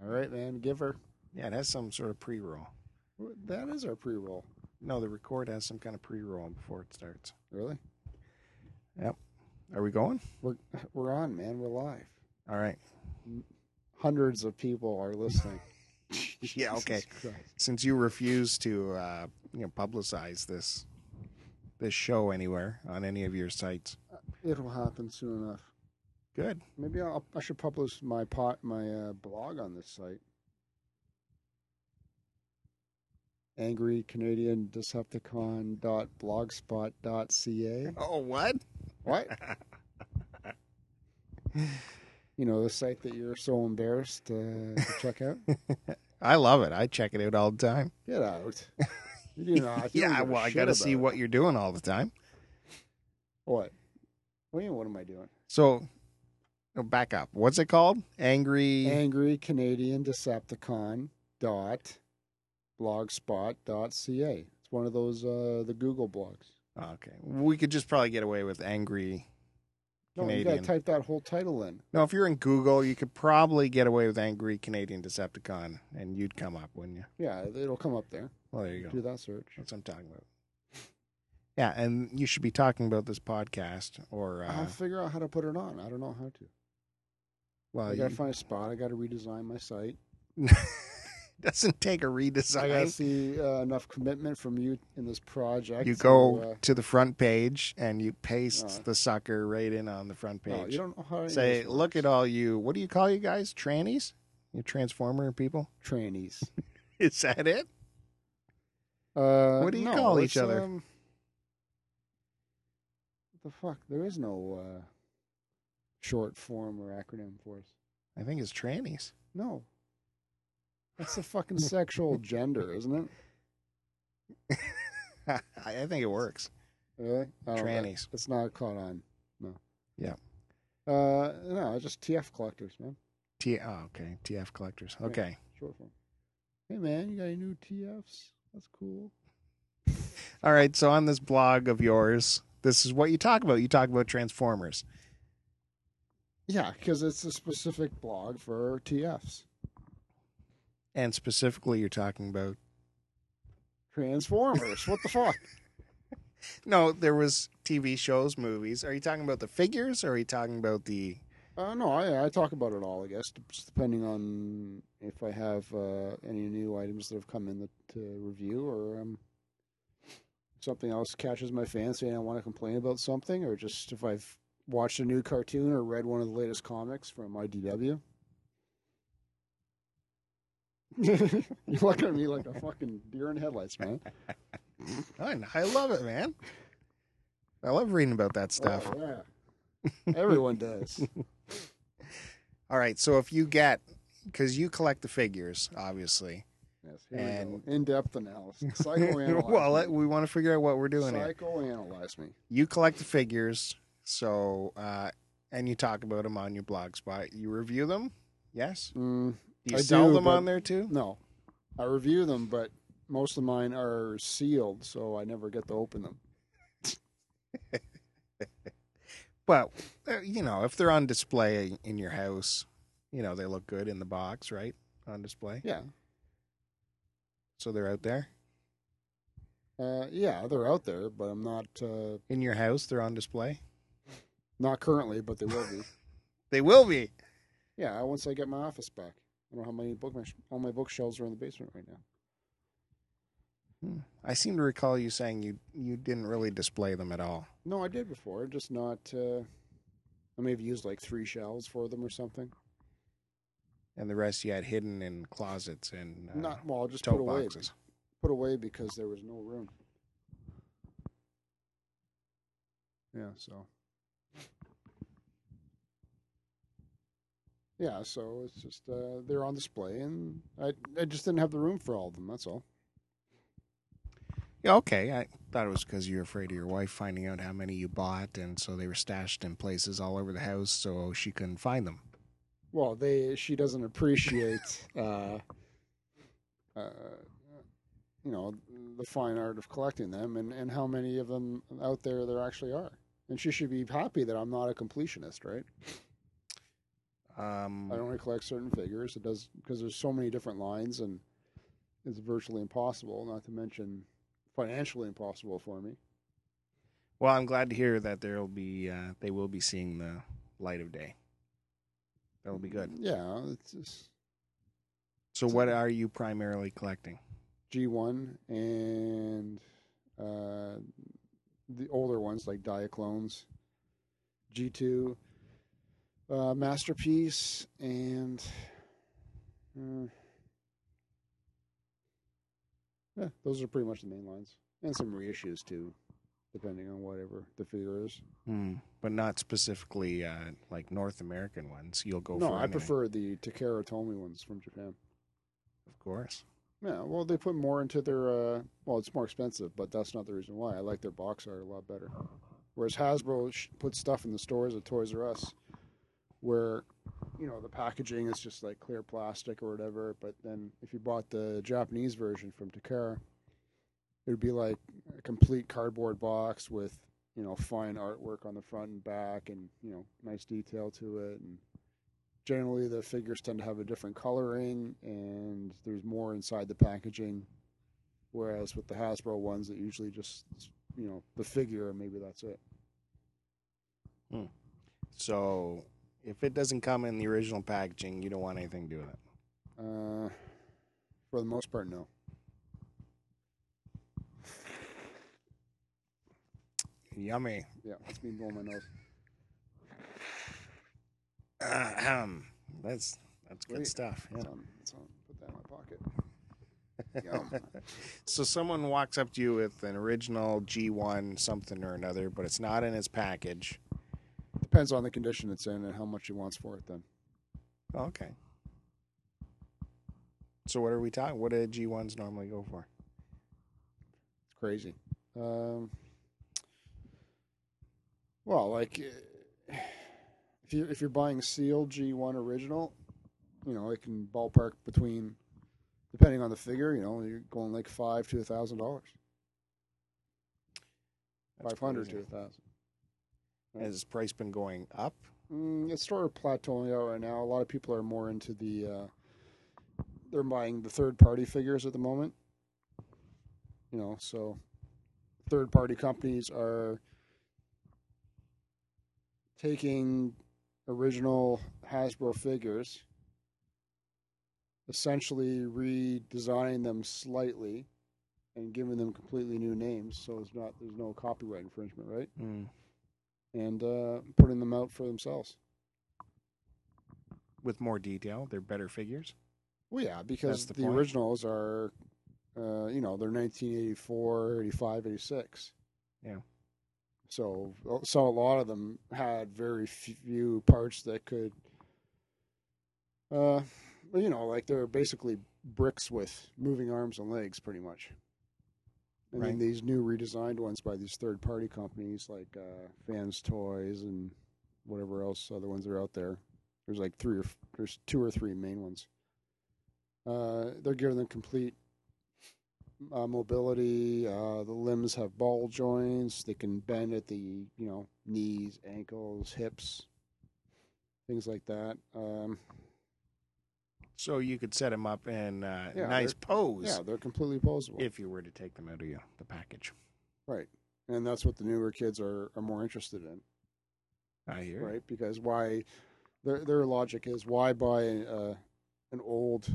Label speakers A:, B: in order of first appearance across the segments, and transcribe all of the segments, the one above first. A: All right, man. Give her.
B: Yeah, it has some sort of pre roll.
A: That is our pre roll.
B: No, the record has some kind of pre roll before it starts.
A: Really?
B: Yep. Are we going?
A: We're we're on, man. We're live.
B: All right.
A: Hundreds of people are listening.
B: Yeah, okay.
A: Jesus Christ.
B: Since you refuse to uh, you know, publicize this this show anywhere on any of your sites.
A: It'll happen soon enough.
B: Good.
A: Maybe I'll, I should publish my pot my uh, blog on this site. Angry Canadian Decepticon.blogspot.ca.
B: Oh, what?
A: What? you know, the site that you're so embarrassed uh, to check out?
B: I love it. I check it out all the time.
A: Get out. You do not. you don't
B: yeah,
A: give a
B: well, I
A: shit
B: got to
A: about
B: see
A: it.
B: what you're doing all the time.
A: What? What do you mean, what am I doing?
B: So, no, back up. What's it called? Angry.
A: Angry Canadian Decepticon dot blogspot dot ca. It's one of those uh, the Google blogs.
B: okay. We could just probably get away with angry.
A: No, you
B: Canadian.
A: gotta type that whole title in.
B: No, if you're in Google, you could probably get away with angry Canadian Decepticon, and you'd come up, wouldn't you?
A: Yeah, it'll come up there.
B: Well, there you
A: Do
B: go.
A: that search.
B: That's what I'm talking about. Yeah, and you should be talking about this podcast, or uh,
A: I'll figure out how to put it on. I don't know how to.
B: well,
A: I gotta
B: Uh, you-
A: find a spot. I gotta redesign my site.
B: doesn't take a
A: I gotta
B: redesign.
A: see uh, enough commitment from you in this project.
B: You
A: to,
B: go
A: uh,
B: to the front page and you paste
A: Uh.
B: the sucker right in on the front
A: no,
B: page.
A: you don't know how.
B: Say,
A: English
B: look at
A: works.
B: all you. What do you call you guys? Trannies? You transformer people?
A: trannies.
B: Is that it?
A: Uh,
B: What do you
A: no,
B: call
A: it's,
B: each other?
A: Um, what the fuck? There is no uh, short form or acronym for us.
B: I think it's trannies.
A: No. That's the fucking sexual gender, isn't it?
B: I I think it works.
A: Really? I don't know.
B: Trannies.
A: It's not caught on. No.
B: Yeah.
A: Uh, no, it's just TF collectors, man.
B: T. Oh, okay. TF collectors.
A: Yeah.
B: Okay.
A: Short form. Hey, man, you got any new TFs? That's cool.
B: All right. So on this blog of yours, this is what you talk about. You talk about transformers.
A: Yeah, because it's a specific blog for TFs.
B: And specifically, you're talking about.
A: Transformers. what the fuck?
B: No, there was TV shows, movies. Are you talking about the figures or are you talking about the.
A: Uh, no, I, I talk about it all, I guess, d- just depending on if I have uh, any new items that have come in that, to review or um, something else catches my fancy and I want to complain about something, or just if I've watched a new cartoon or read one of the latest comics from IDW. you look at me like a fucking deer in headlights, man.
B: I I love it, man. I love reading about that stuff.
A: Oh, yeah. Everyone does.
B: All right. So if you get, because you collect the figures, obviously.
A: Yes, here we go.
B: And-
A: in-depth analysis. Psychoanalyze.
B: well,
A: me.
B: let- we want to figure out what we're doing here.
A: Psychoanalyze me.
B: You collect the figures, so uh, and you talk about them on your blog spot. You review them, yes.
A: Mm,
B: Do you
A: I
B: sell
A: do,
B: them
A: but-
B: on there too?
A: no, I review them, but most of mine are sealed, so I never get to open them.
B: But uh, you know, if they're on display in your house, you know they look good in the box, right? On display,
A: Yeah,
B: so they're out there
A: uh, yeah, they're out there, but I'm not uh,
B: in your house. They're on display.
A: not currently, but they will be.
B: They will be.
A: yeah, once I get my office back. I don't know how many book my all my bookshelves are in the basement right now.
B: I seem to recall you saying you you didn't really display them at all.
A: No, I did before, just not. Uh, I may have used like three shelves for them or something.
B: and the rest you had hidden in closets and uh,
A: not well, just put
B: tote
A: away,
B: boxes.
A: put away because there was no room. Yeah, so. Yeah, so it's just uh, they're on display, and I I just didn't have the room for all of them. That's all.
B: Yeah, okay. I thought it was because you were afraid of your wife finding out how many you bought, and so they were stashed in places all over the house, so she couldn't find them.
A: Well, they she doesn't appreciate, uh, uh, you know, the fine art of collecting them, and and how many of them out there there actually are. And she should be happy that I'm not a completionist, right?
B: Um,
A: I only collect certain figures. It does because there's so many different lines, and it's virtually impossible, not to mention financially impossible for me.
B: well, I'm glad to hear that there'll be uh, they will be seeing the light of day. That'll be good.
A: Yeah, it's just
B: So, what are you primarily collecting?
A: G1 and uh, the older ones like Diaclones, G2, uh, Masterpiece, and uh, yeah, those are pretty much the main lines, and some reissues too, depending on whatever the figure is.
B: Hmm. But not specifically uh, like North American ones. You'll go
A: no,
B: for
A: I
B: anything.
A: prefer the Takara Tomy ones from Japan.
B: of course.
A: Yeah, well, they put more into their. Uh, well, it's more expensive, but that's not the reason why. I like their box art a lot better. Whereas Hasbro sh- puts stuff in the stores at Toys R Us, where you know the packaging is just like clear plastic or whatever. But then if you bought the Japanese version from Takara, it would be like a complete cardboard box with you know fine artwork on the front and back, and you know nice detail to it, and generally the figures tend to have a different coloring and there's more inside the packaging whereas with the hasbro ones it usually just you know the figure and maybe that's it
B: So, if it doesn't come in the original packaging, you don't want anything to do with it.
A: uh, for the most part no
B: Yummy.
A: yeah that's me blowing my nose
B: Ahem. that's that's good
A: Wait.
B: stuff. Yeah.
A: it's on, it's on. put that in my pocket Yum.
B: So someone walks up to you with an original G1 something or another, but it's not in its package.
A: depends on the condition it's in and how much he wants for it then
B: Oh, Okay. So what are we talking? What do G1s normally go for?
A: It's crazy. Um, well, like eh, if you if you're buying sealed G1 original, you know it can ballpark between, depending on the figure, you know you're going like five to a thousand dollars,
B: That's
A: five hundred to a
B: crazy.
A: thousand.
B: Has its price been going up?
A: Mm, it's sort of plateauing out right now. A lot of people are more into the uh, they're buying the third party figures at the moment. You know, so third party companies are taking original Hasbro figures, essentially redesigning them slightly and giving them completely new names so it's not there's no copyright infringement, right? And uh, putting them out for themselves.
B: With more detail, they're better figures.
A: Well, yeah, because
B: the
A: the,
B: point.
A: originals are, uh, you know, they're 1984, 85, 86.
B: Yeah.
A: So, uh, so a lot of them had very few parts that could, uh, you know, like they're basically bricks with moving arms and legs, pretty much. And
B: Right.
A: then these new redesigned ones by these third-party companies like uh, Fans Toys and whatever else other ones are out there. There's like three or f- there's two or three main ones. Uh, they're giving them complete uh, mobility. Uh, the limbs have ball joints. They can bend at the you know knees, ankles, hips, things like that. Um,
B: So you could set them up in uh,
A: Yeah,
B: nice pose
A: yeah, they're completely posable.
B: if you were to take them out of you, the package.
A: Right, and that's what the newer kids are are more interested in.
B: I hear.
A: right? Because why their their logic is why buy uh, an old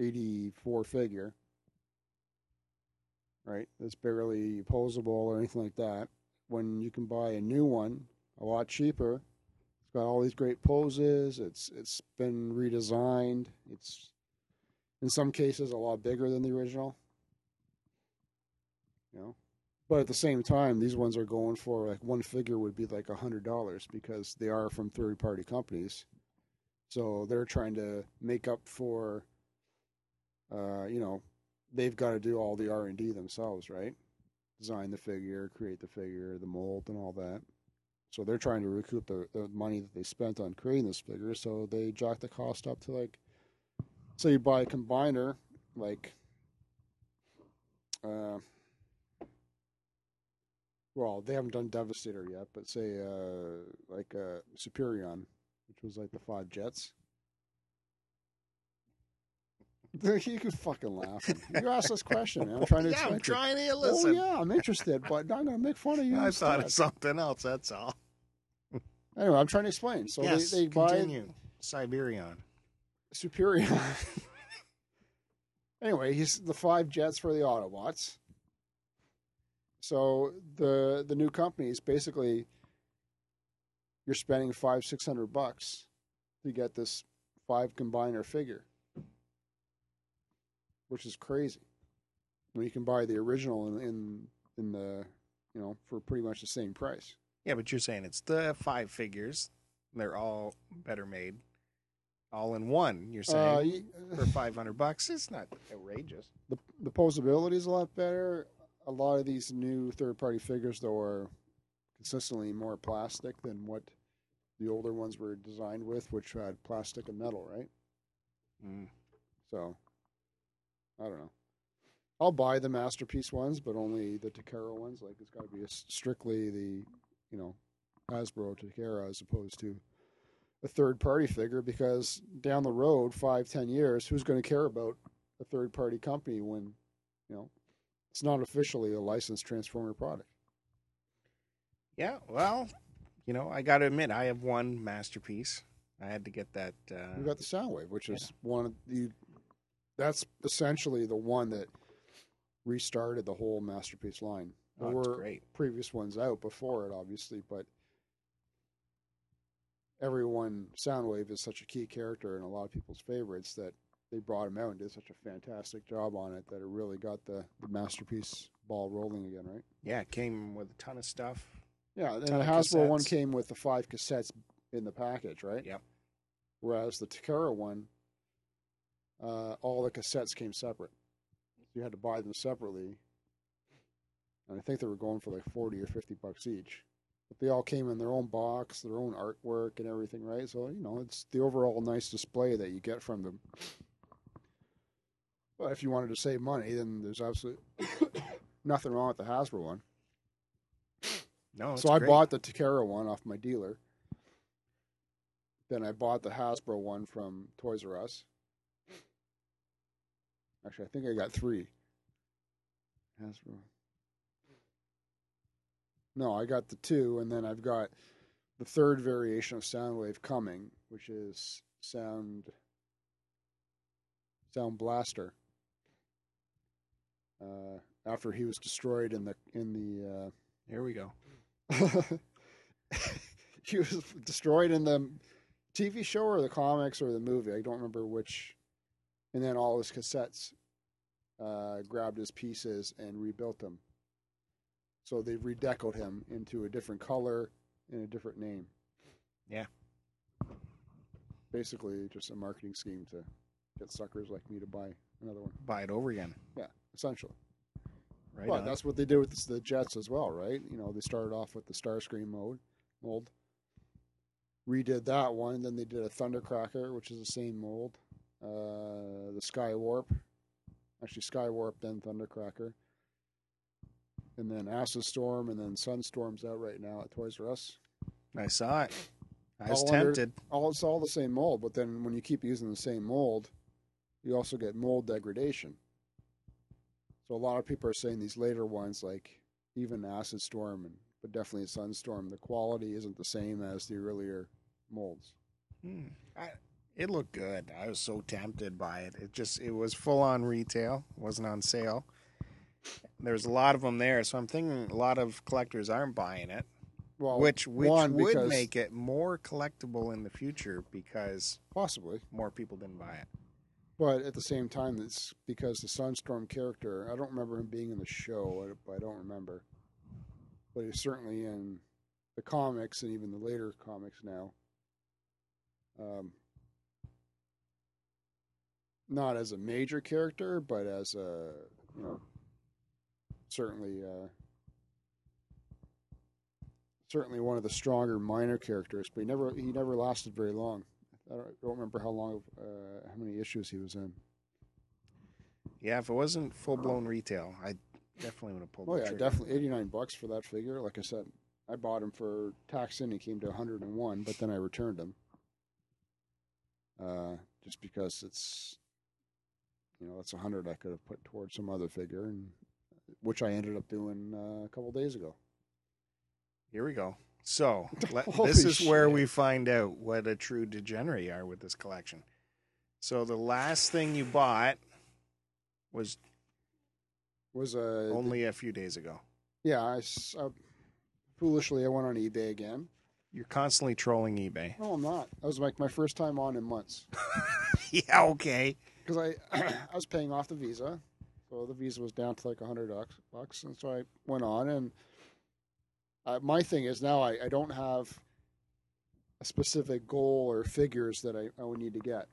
A: eighty four figure, right? That's barely posable or anything like that. When you can buy a new one a lot cheaper, it's got all these great poses. It's it's been redesigned. It's in some cases a lot bigger than the original. You know, but at the same time, these ones are going for like one figure would be like a hundred dollars because they are from third party companies. So they're trying to make up for, uh, you know, they've got to do all the R and D themselves, right? Design the figure, create the figure, the mold, and all that. So they're trying to recoup the, the money that they spent on creating this figure. So they jack the cost up to like, so you buy a combiner, like, uh, well, they haven't done Devastator yet, but say uh, like uh, Superion, which was like the five jets. you can fucking laugh. You asked this question. and I'm trying to
B: yeah,
A: explain.
B: I'm
A: to you.
B: trying to listen.
A: Oh yeah, I'm interested, but I'm gonna make fun of you.
B: I
A: instead.
B: thought of something else. That's all.
A: Anyway, I'm trying to explain. So
B: yes,
A: they, they buy
B: continue. Siberian.
A: Superior. anyway, he's the five jets for the Autobots. So the the new company is basically you're spending five six hundred bucks to get this five combiner figure, which is crazy. When you can buy the original in in, in the you know for pretty much the same price.
B: Yeah, but you're saying it's the five figures. They're all better made, all in one. You're saying
A: Uh, you-
B: for five hundred bucks, it's not outrageous.
A: the the posability is a lot better. A lot of these new third party figures though are consistently more plastic than what the older ones were designed with, which had plastic and metal, right?
B: Mm.
A: So I don't know. I'll buy the masterpiece ones, but only the Takara ones. Like it's got to be a, strictly the you know Hasbro Takara as opposed to a third party figure because down the road five ten years, who's going to care about a third party company when you know it's not officially a licensed Transformer product?
B: Yeah, well, you know, I got to admit, I have one masterpiece. I had to get that.
A: We
B: Uh,
A: got the Soundwave, which is one of the that's essentially the one that restarted the whole masterpiece line. There
B: oh, it's
A: were-
B: great.
A: previous ones out before it, obviously, but everyone, Soundwave is such a key character and a lot of people's favorites that they brought him out and did such a fantastic job on it that it really got the, the masterpiece ball rolling again, right?
B: Yeah, it came with a ton of stuff.
A: Yeah, and the
B: Ton of
A: Hasbro one
B: cassettes.
A: came with the five cassettes in the package, right?
B: Yep.
A: Whereas the Takara one, uh, all the cassettes came separate. You had to buy them separately, and I think they were going for like forty or fifty bucks each. But they all came in their own box, their own artwork, and everything, right? So you know, it's the overall nice display that you get from them. But if you wanted to save money, then there's absolutely nothing wrong with the Hasbro one
B: No, it's
A: so I
B: Oh, great.
A: bought the Takara one off my dealer. Then I bought the Hasbro one from Toys R Us. Actually, I think I got three. Hasbro. No, I got the two, and then I've got the third variation of Soundwave coming, which is Sound Sound Blaster. Uh, after he was destroyed in the in the uh,
B: Here we go.
A: he was destroyed in the TV show or the comics or the movie. I don't remember which. And then all his cassettes uh, grabbed his pieces and rebuilt them. So they redecoed him into a different color and a different name.
B: Yeah.
A: Basically, just a marketing scheme to get suckers like me to buy another one,
B: Buy it over again.
A: essentially.
B: Right.
A: Well,
B: on.
A: that's what they did with this, the Jets as well, right? You know, they started off with the Starscream mode mold, redid that one, and then they did a Thundercracker, which is the same mold. Uh, the Skywarp, actually Skywarp, then Thundercracker, and then Acid Storm, and then Sunstorm's out right now at Toys R Us.
B: I saw it. I was
A: All under-
B: tempted.
A: All it's all the same mold, but then when you keep using the same mold, you also get mold degradation. So a lot of people are saying these later ones, like even Acid Storm and but definitely Sunstorm, the quality isn't the same as the earlier molds.
B: Hmm. I, it looked good. I was so tempted by it. It just it was full on retail. It wasn't on sale. There's a lot of them there, so I'm thinking a lot of collectors aren't buying it,
A: Well,
B: which which
A: one,
B: would
A: because-
B: make it more collectible in the future because
A: possibly,
B: more people didn't buy it.
A: but at the same time, it's because the Sunstorm character. I don't remember him being in the show, I- but I don't remember. But he's certainly in the comics and even the later comics now. Um, not as a major character, but as a you know, certainly, uh, certainly one of the stronger minor characters. But he never he never lasted very long. I don't, don't remember how long, uh, how many issues he was in.
B: Yeah, if it wasn't full blown retail, I definitely would have pulled.
A: Oh
B: the
A: yeah,
B: trigger.
A: definitely eighty nine bucks for that figure. Like I said, I bought him for tax in. He came to hundred and one, but then I returned him. Uh, just because it's you know that's a hundred I could have put towards some other figure, and which I ended up doing uh, a couple days ago.
B: Here we go. So let,
A: Holy
B: this is where
A: shit.
B: we find out what a true degenerate you are with this collection. So the last thing you bought was
A: Was a
B: only a few days ago.
A: yeah. I, s- I- foolishly I went on eBay again.
B: You're constantly trolling eBay.
A: No, I'm not. That was like my first time on in months
B: yeah, okay.
A: because I I was paying off the Visa, so the Visa was down to like a hundred bucks- bucks, and so I went on and uh, my thing is now I, I don't have a specific goal or figures that I, I would need to get.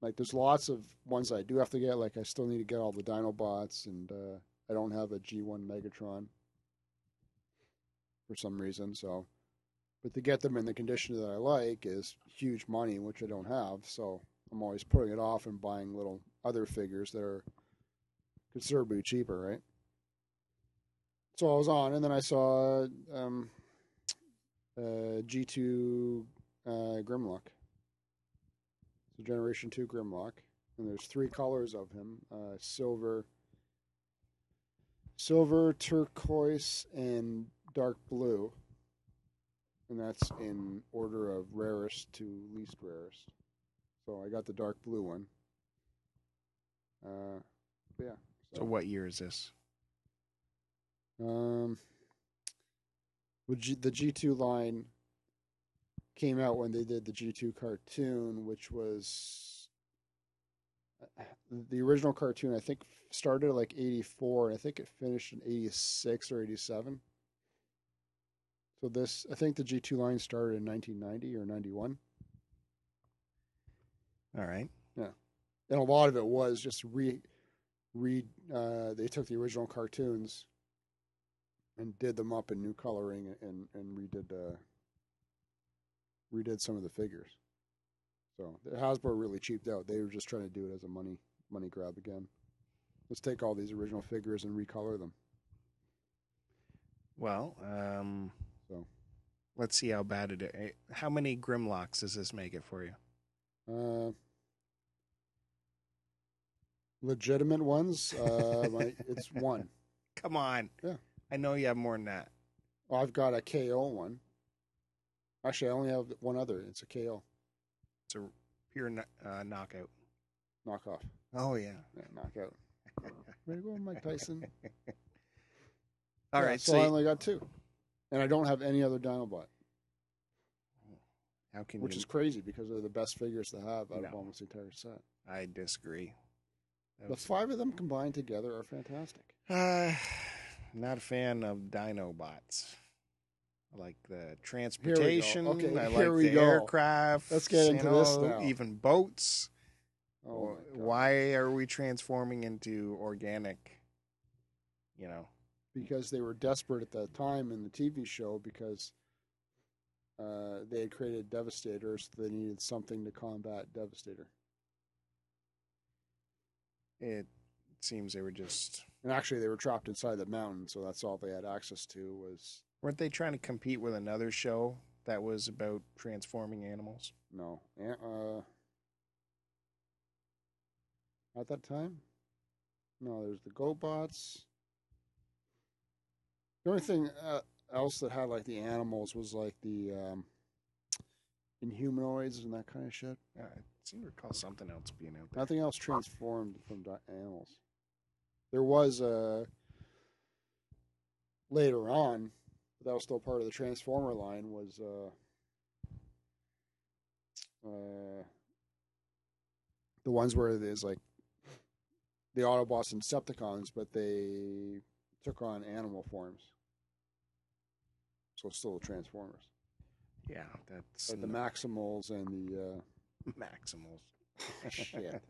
A: Like there's lots of ones I do have to get. Like I still need to get all the Dinobots, and uh, I don't have a G1 Megatron for some reason. So, but to get them in the condition that I like is huge money, which I don't have. So I'm always putting it off and buying little other figures that are considerably cheaper, right? So I was on, and then I saw um, uh, G2 uh, Grimlock. So Generation 2 Grimlock. And there's three colors of him uh, silver, silver, turquoise, and dark blue. And that's in order of rarest to least rarest. So I got the dark blue one. Uh, but yeah.
B: So what year is this?
A: Um, well, G- the G2 line came out when they did the G2 cartoon, which was the original cartoon. I think started like '84, and I think it finished in '86 or '87. So this, I think the G2 line started in 1990 or '91.
B: All right.
A: and a lot of it was just re re uh, they took the original cartoons and did them up in new coloring and and redid uh, redid some of the figures. So the Hasbro really cheaped out. They were just trying to do it as a money money grab again. Let's take all these original figures and recolor them.
B: Well, um
A: So.
B: let's see how bad it is. How many Grimlocks does this make it for you?
A: Uh, legitimate ones. Uh, my, it's one.
B: Come on.
A: Yeah.
B: I know you have more than that.
A: Well, I've got a KO one. Actually, I only have one other. It's a KO
B: It's a pure kn- uh, knockout.
A: knockoff.
B: Oh yeah.
A: Yeah, knockout. Ready to go, Mike Tyson?
B: All right.
A: Yeah,
B: so,
A: So, I
B: you-
A: only got two, and I don't have any other Dinobot,
B: how can
A: which
B: you
A: is crazy because they're the best figures to have out of
B: No.
A: almost the entire set.
B: I disagree. That
A: The
B: was-
A: five of them combined together are fantastic.
B: Uh, not a fan of Dinobots. I like the transportation.
A: Okay,
B: I
A: here
B: like
A: we
B: the
A: go.
B: aircraft.
A: Let's get
B: you
A: into this
B: know,
A: now.
B: Even boats.
A: Oh, my God.
B: Why are we transforming into organic? You know,
A: because they were desperate at that time in the TV show because uh, they had created Devastator, so they needed something to combat Devastator.
B: it seems they were just
A: And actually, they were trapped inside the mountain, so that's all they had access to was
B: weren't they trying to compete with another show that was about transforming animals?
A: no. an- Uh, at that time, no. There's the GoBots. The only thing uh, else that had like the animals was like the um, Inhumanoids and that kind of shit.
B: Uh, I seem to recall something else being out there.
A: Nothing else transformed from di- animals. There was a later on that was still part of the Transformer line was uh, uh, the ones where there's like the Autobots and Decepticons, but they took on animal forms. So still the Transformers,
B: Yeah, that's
A: but the
B: n-
A: Maximals and the uh,
B: Maximals.
A: Shit.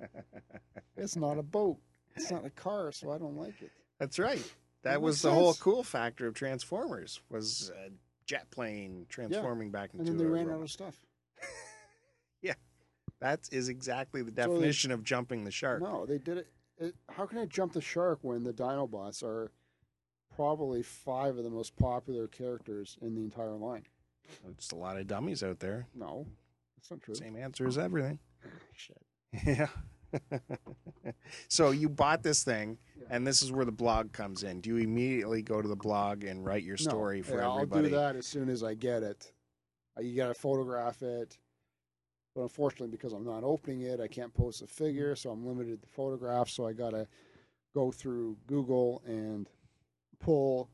A: it's not a boat, it's not a car, so I don't like it.
B: That's right. That
A: That
B: was
A: makes
B: the whole
A: sense.
B: cool factor of Transformers was a jet plane transforming back
A: and
B: into
A: then they
B: a
A: ran
B: robot.
A: out of stuff.
B: That is exactly the
A: they-
B: definition of jumping the shark.
A: No, they did it, it. How can I jump the shark when the Dinobots are probably five of the most popular characters in the entire line?
B: Just a lot of dummies out there.
A: No, that's not true. Ah,
B: Same answer as everything.
A: Shit.
B: Yeah. so you bought this thing,
A: Yeah.
B: and this is where the blog comes in. Do you immediately go to the blog and write your story
A: no,
B: for
A: yeah,
B: everybody?
A: I'll do that as soon as I get it. Uh, You got to photograph it, but unfortunately, because I'm not opening it, I can't post a figure, so I'm limited to photographs. So I got to go through Google and pull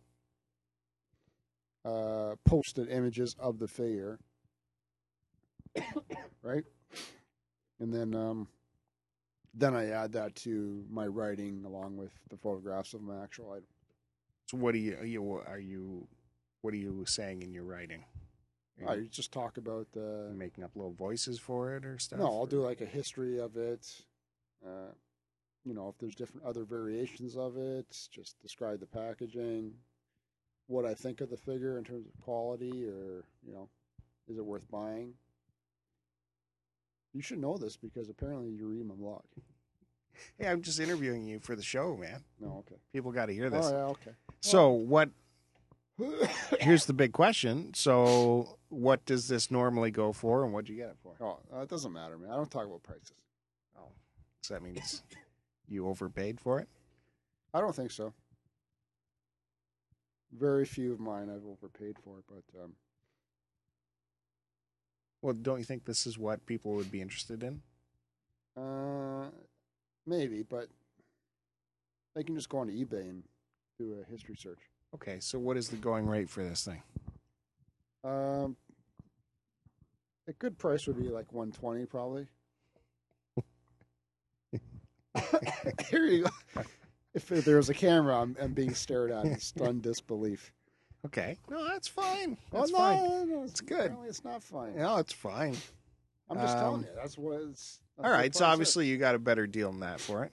A: uh, posted images of the figure, right? And then, um, then I add that to my writing along with the photographs of my actual item.
B: So what do you are you are you what are you saying in your writing? Are
A: I
B: you
A: just talk about the
B: making up little voices for it or stuff?
A: No, I'll
B: or-
A: do like a history of it. Uh, you know, if there's different other variations of it, just describe the packaging, what I think of the figure in terms of quality, or you know, is it worth buying? You should know this because apparently you read my blog.
B: Hey, I'm just interviewing you for the show, man.
A: No, okay.
B: People got to hear this.
A: Oh yeah,
B: So what?
A: okay.
B: Here's the big question. So what does this normally go for, and what'd you get it for?
A: oh, uh, it doesn't matter, man. I don't talk about prices.
B: Oh, so that means you overpaid for it.
A: I don't think so. Very few of mine I've overpaid for, but um,
B: Well, don't you think this is what people would be interested in?
A: Uh, maybe, but they can just go on eBay and do a history search.
B: Okay, so what is the going rate for this thing?
A: Um, a good price would be like 120 probably. Here you go. If there was a camera, I'm, I'm being stared at in stunned disbelief.
B: Okay, no, that's fine. That's
A: Oh,
B: fine.
A: no, no,
B: It's good.
A: apparently it's not fine.
B: No, it's fine.
A: I'm just telling
B: Um,
A: you. That's what it's. that's
B: All
A: what
B: right,
A: the
B: so
A: price is.
B: obviously you got a better deal than that for it.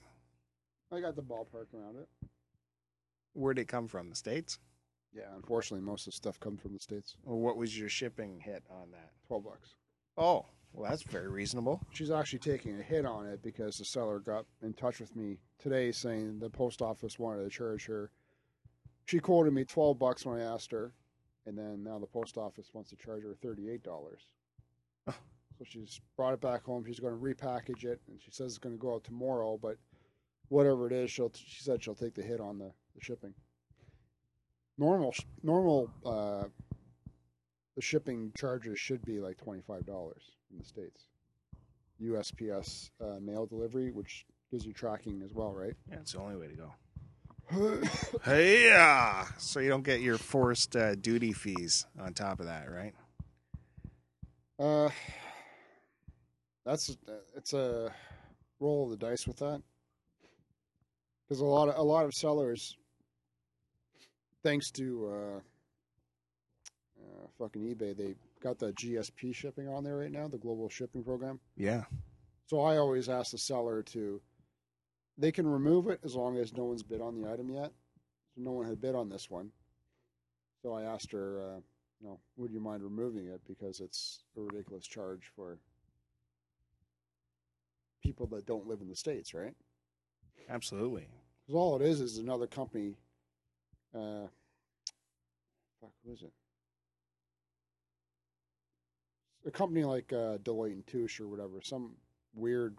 A: I got the ballpark around it.
B: Where'd it come from? The states?
A: Yeah, unfortunately, most of the stuff comes from the states.
B: Well, what was your shipping hit on that?
A: Twelve bucks.
B: Oh, well, that's very reasonable.
A: she's actually taking a hit on it because the seller got in touch with me today saying the post office wanted to charge her. She quoted me twelve bucks when I asked her, and then now the post office wants to charge her thirty-eight dollars.
B: Oh.
A: So she's brought it back home. She's going to repackage it, and she says it's going to go out tomorrow. But whatever it is, she'll she said she'll take the hit on the, the shipping. Normal sh- normal uh, the shipping charges should be like twenty-five dollars in the states. USPS uh, mail delivery, which gives you tracking as well, right?
B: Yeah, it's the only way to go. Hey, so you don't get your forced uh, duty fees on top of that, right?
A: uh, that's it's a roll of the dice with that because a lot of a lot of sellers, thanks to uh, uh, fucking eBay, they got the GSP shipping on there right now, the global shipping program.
B: Yeah.
A: So I always ask the seller to, they can remove it as long as no one's bid on the item yet. So no one had bid on this one. So I asked her, uh, you know, would you mind removing it because it's a ridiculous charge for people that don't live in the states, right?
B: Absolutely.
A: Because all it is is another company. Uh, fuck, who is it? A company like uh, Deloitte and Touche or whatever, some weird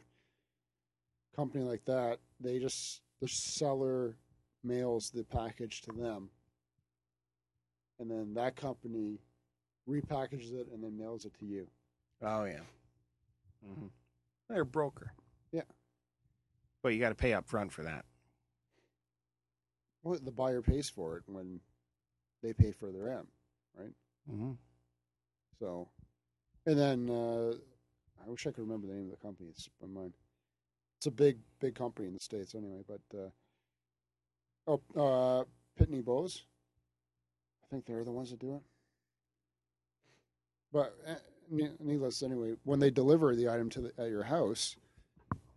A: company like that. They just the seller mails the package to them, and then that company repackages it and then mails it to you.
B: Oh yeah. hmm They're a broker.
A: Yeah.
B: But you got to pay up front for that.
A: Well, the buyer pays for it when they pay for their M.
B: Mm-hmm.
A: So, and then uh, I wish I could remember the name of the company. It's my mind. It's a big, big company in the states, anyway. But uh, oh, uh, Pitney Bowes. I think they're the ones that do it. But eh, ne- needless, anyway, when they deliver the item to the, at your house,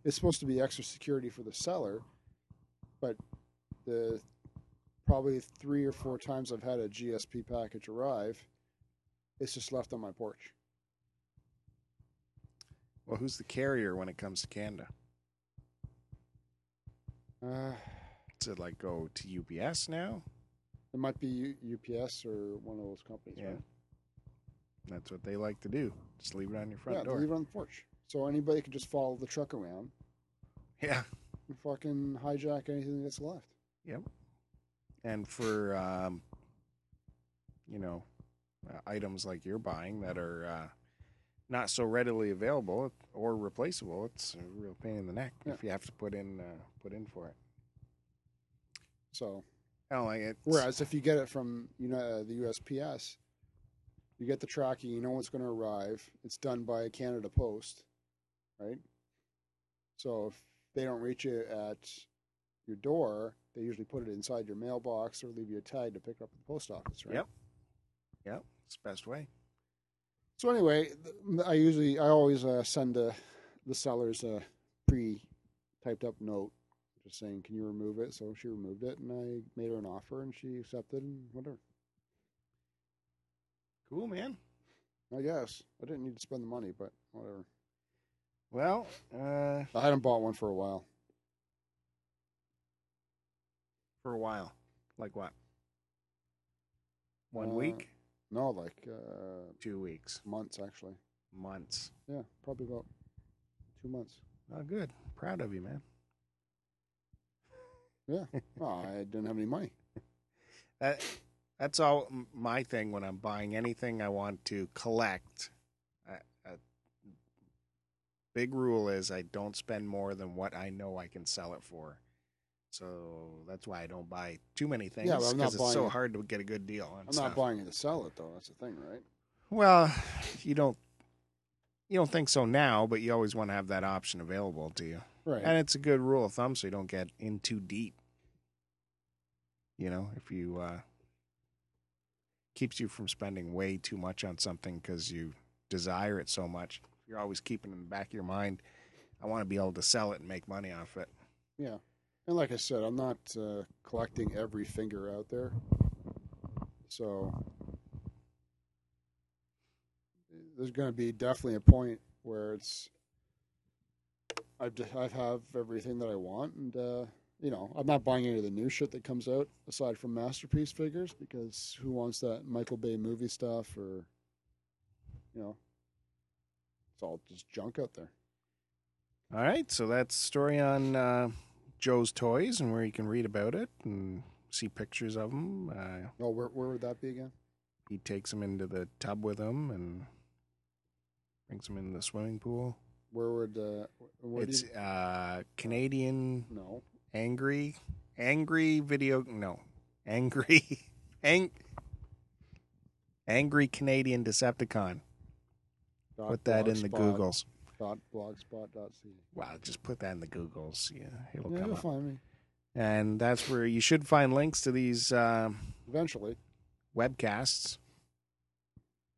A: it's supposed to be extra security for the seller. But the probably three or four times I've had a GSP package arrive, it's just left on my porch.
B: Well, who's the carrier when it comes to Canada?
A: Uh,
B: Does it like go to UPS now?
A: it might be U- UPS or one of those companies.
B: Yeah.
A: right?
B: That's what they like to do. Just leave it on your front
A: yeah, they
B: door.
A: leave it on the porch, so anybody can just follow the truck around
B: Yeah.
A: and fucking hijack anything that's left.
B: and for um, you know uh, items like you're buying that are uh, not so readily available or replaceable, it's a real pain in the neck
A: Yeah.
B: if you have to put in uh, put in for it.
A: So
B: I don't like it.
A: whereas if you get it from you know uh, the USPS, you get the tracking. You know what's going to arrive. It's done by Canada Post, right? So if they don't reach you at your door, they usually put it inside your mailbox or leave you a tag to pick it up at the post office, right?
B: Yep. Yep, it's the best way.
A: So anyway, th- I usually I always uh, send the the sellers a pre typed up note just saying, "Can you remove it?" So she removed it, and I made her an offer, and she accepted, and whatever.
B: Cool, man.
A: I guess I didn't need to spend the money, but whatever.
B: Well, uh,
A: I hadn't bought one for a while.
B: for a while, like what? One
A: Uh,
B: week,
A: No, like uh,
B: two weeks,
A: months actually.
B: months.
A: Yeah, probably about two months.
B: Oh, good. Proud of you, man.
A: Well, I didn't have any money.
B: That that's all m- my thing when I'm buying anything I want to collect. A, a big rule is I don't spend more than what I know I can sell it for. So that's why I don't buy too many things
A: but I'm not
B: it's so
A: buying-
B: hard to get a good deal on
A: I'm
B: stuff.
A: not buying it to sell it though. That's the thing, right?
B: well, you don't you don't think so now, but you always want to have that option available to you.
A: Right.
B: And it's a good rule of thumb so you don't get in too deep. You know, if you uh keeps you from spending way too much on something cuz you desire it so much. You're always keeping in the back of your mind, I want to be able to sell it and make money off it.
A: And like I said, I'm not uh, collecting every finger out there. So there's going to be definitely a point where it's I've just, I have everything that I want, and uh, you know I'm not buying any of the new shit that comes out aside from masterpiece figures because who wants that Michael Bay movie stuff or you know it's all just junk out there.
B: All right, so that's story on uh Joe's Toys and where you can read about it and see pictures of them. Uh,
A: Oh, where where would that be again?
B: he takes them into the tub with him and brings them in the swimming pool.
A: Where would uh, where do
B: it's
A: you,
B: uh Canadian
A: no
B: angry angry video no angry ang, angry Canadian Decepticon.
A: dot
B: Put that in the
A: blogspot
B: Googles.
A: Dot blogspot.ca.
B: Wow, just put that in the Googles. Yeah, it'll
A: Yeah,
B: come
A: you'll
B: up.
A: find me
B: And that's where you should find links to these um,
A: eventually.
B: webcasts.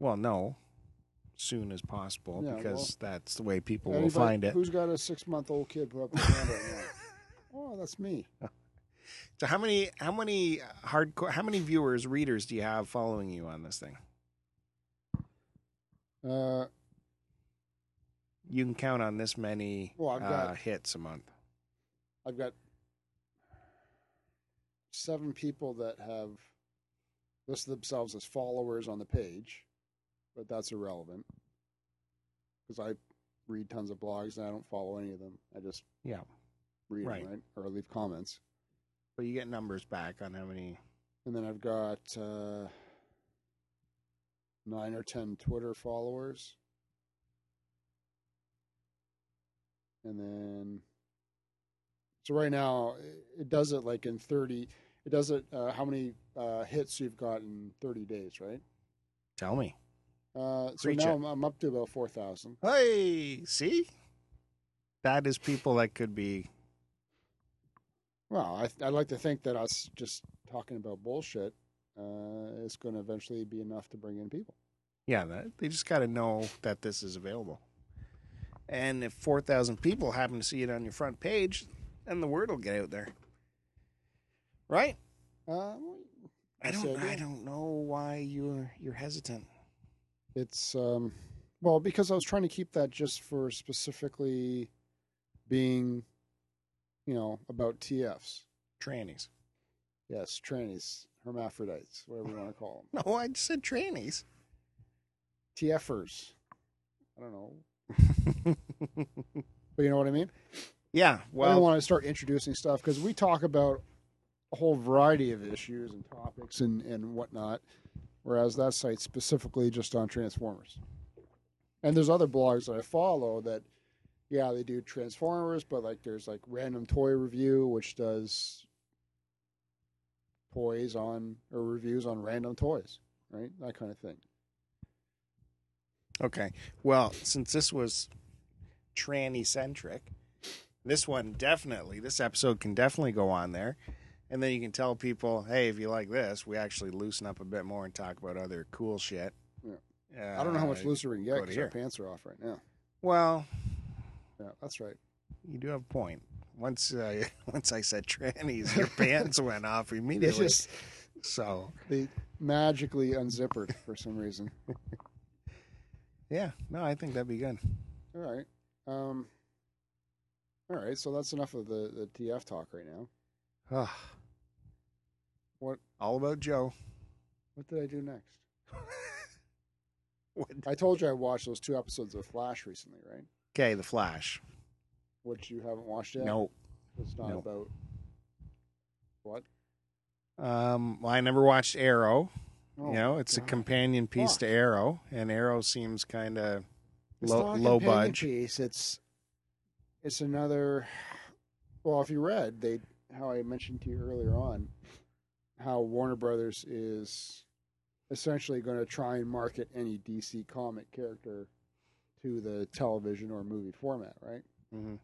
B: Well, no, soon as possible
A: Yeah,
B: because that's the way people will
A: Anybody-
B: find it.
A: Who's got a six-month-old kid who have their hand right now? Oh, that's me.
B: So how many how many uh, hardcore how many viewers readers do you have following you on this thing?
A: Uh,
B: you can count on this many
A: Well, I've got-
B: uh, hits a month.
A: I've got seven people that have listed themselves as followers on the page, but that's irrelevant because I read tons of blogs and I don't follow any of them. I just
B: Yeah.
A: read 'em,
B: Right.
A: right or leave comments.
B: But you get numbers back on how many.
A: And then I've got uh, nine or ten Twitter followers. And then, so right now it- it does it like in 30, it does it uh, how many uh, hits you've got in 30 days, right?
B: Tell me.
A: Uh, so
B: Preach
A: now
B: it.
A: I'm, I'm up to about 4,000.
B: Hey, see, that is people that could be.
A: Well, I, I'd like to think that us just talking about bullshit uh, is going to eventually be enough to bring in people.
B: Yeah, that, they just got to know that this is available. And if four thousand people happen to see it on your front page, then the word will get out there. Right?
A: Uh,
B: I
A: Yes,
B: don't.
A: I do.
B: I don't know why you're you're hesitant.
A: it's um well because i was trying to keep that just for specifically being you know about tfs
B: Trannies.
A: yes trannies hermaphrodites whatever you want to call
B: No, I just said trannies.
A: them tfers i don't know but you know what i mean
B: Yeah.
A: I don't
B: Well,
A: want to start introducing stuff because we talk about a whole variety of issues and topics and, and whatnot, whereas that site's specifically just on Transformers. And there's other blogs that I follow that, yeah, they do Transformers, but like there's like Random Toy Review, which does toys on or reviews on random toys, right? That kind of thing.
B: okay. Well, since this was tranny centric, this one definitely, this episode can definitely go on there. And then you can tell people, hey, if you like this, we actually loosen up a bit more and talk about other cool shit.
A: Yeah.
B: Uh,
A: I don't know how much looser we can get
B: go to
A: because our
B: here.
A: pants are off right now.
B: Well,
A: Yeah, that's right.
B: you do have a point. Once uh, once I said trannies, your pants went off
A: They
B: immediately.
A: just
B: So
A: they magically unzippered for some reason.
B: yeah, no, I think that'd be good.
A: All right. Um, all right. So that's enough of the, the TF talk right now.
B: Ugh.
A: What-
B: All about Joe.
A: What did I do next?
B: What?
A: I told you I watched those two episodes of Flash recently, right?
B: Okay, The Flash.
A: Which you haven't watched yet.
B: No,
A: It's not
B: no.
A: about. What?
B: um, well, I never watched Arrow.
A: Oh,
B: you know, it's
A: God.
B: a companion piece
A: Fuck.
B: to Arrow, and Arrow seems kind of
A: It's
B: low,
A: not a
B: low
A: companion
B: budge.
A: Piece. It's it's another. Well, if you read they how I mentioned to you earlier on, how Warner Brothers is essentially going to try and market any DC comic character to the television or movie format, right?
B: hmm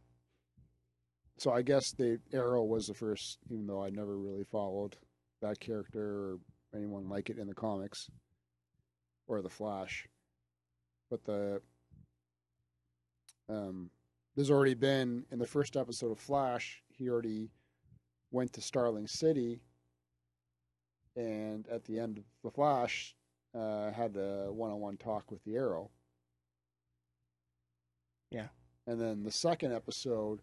A: So I guess the Arrow was the first, even though I never really followed that character or anyone like it in the comics or the Flash. But the um, there's already been in the first episode of Flash, he already went to Starling City, and at the end of the Flash, uh, had a one-on-one talk with the Arrow.
B: Yeah.
A: and then the second episode,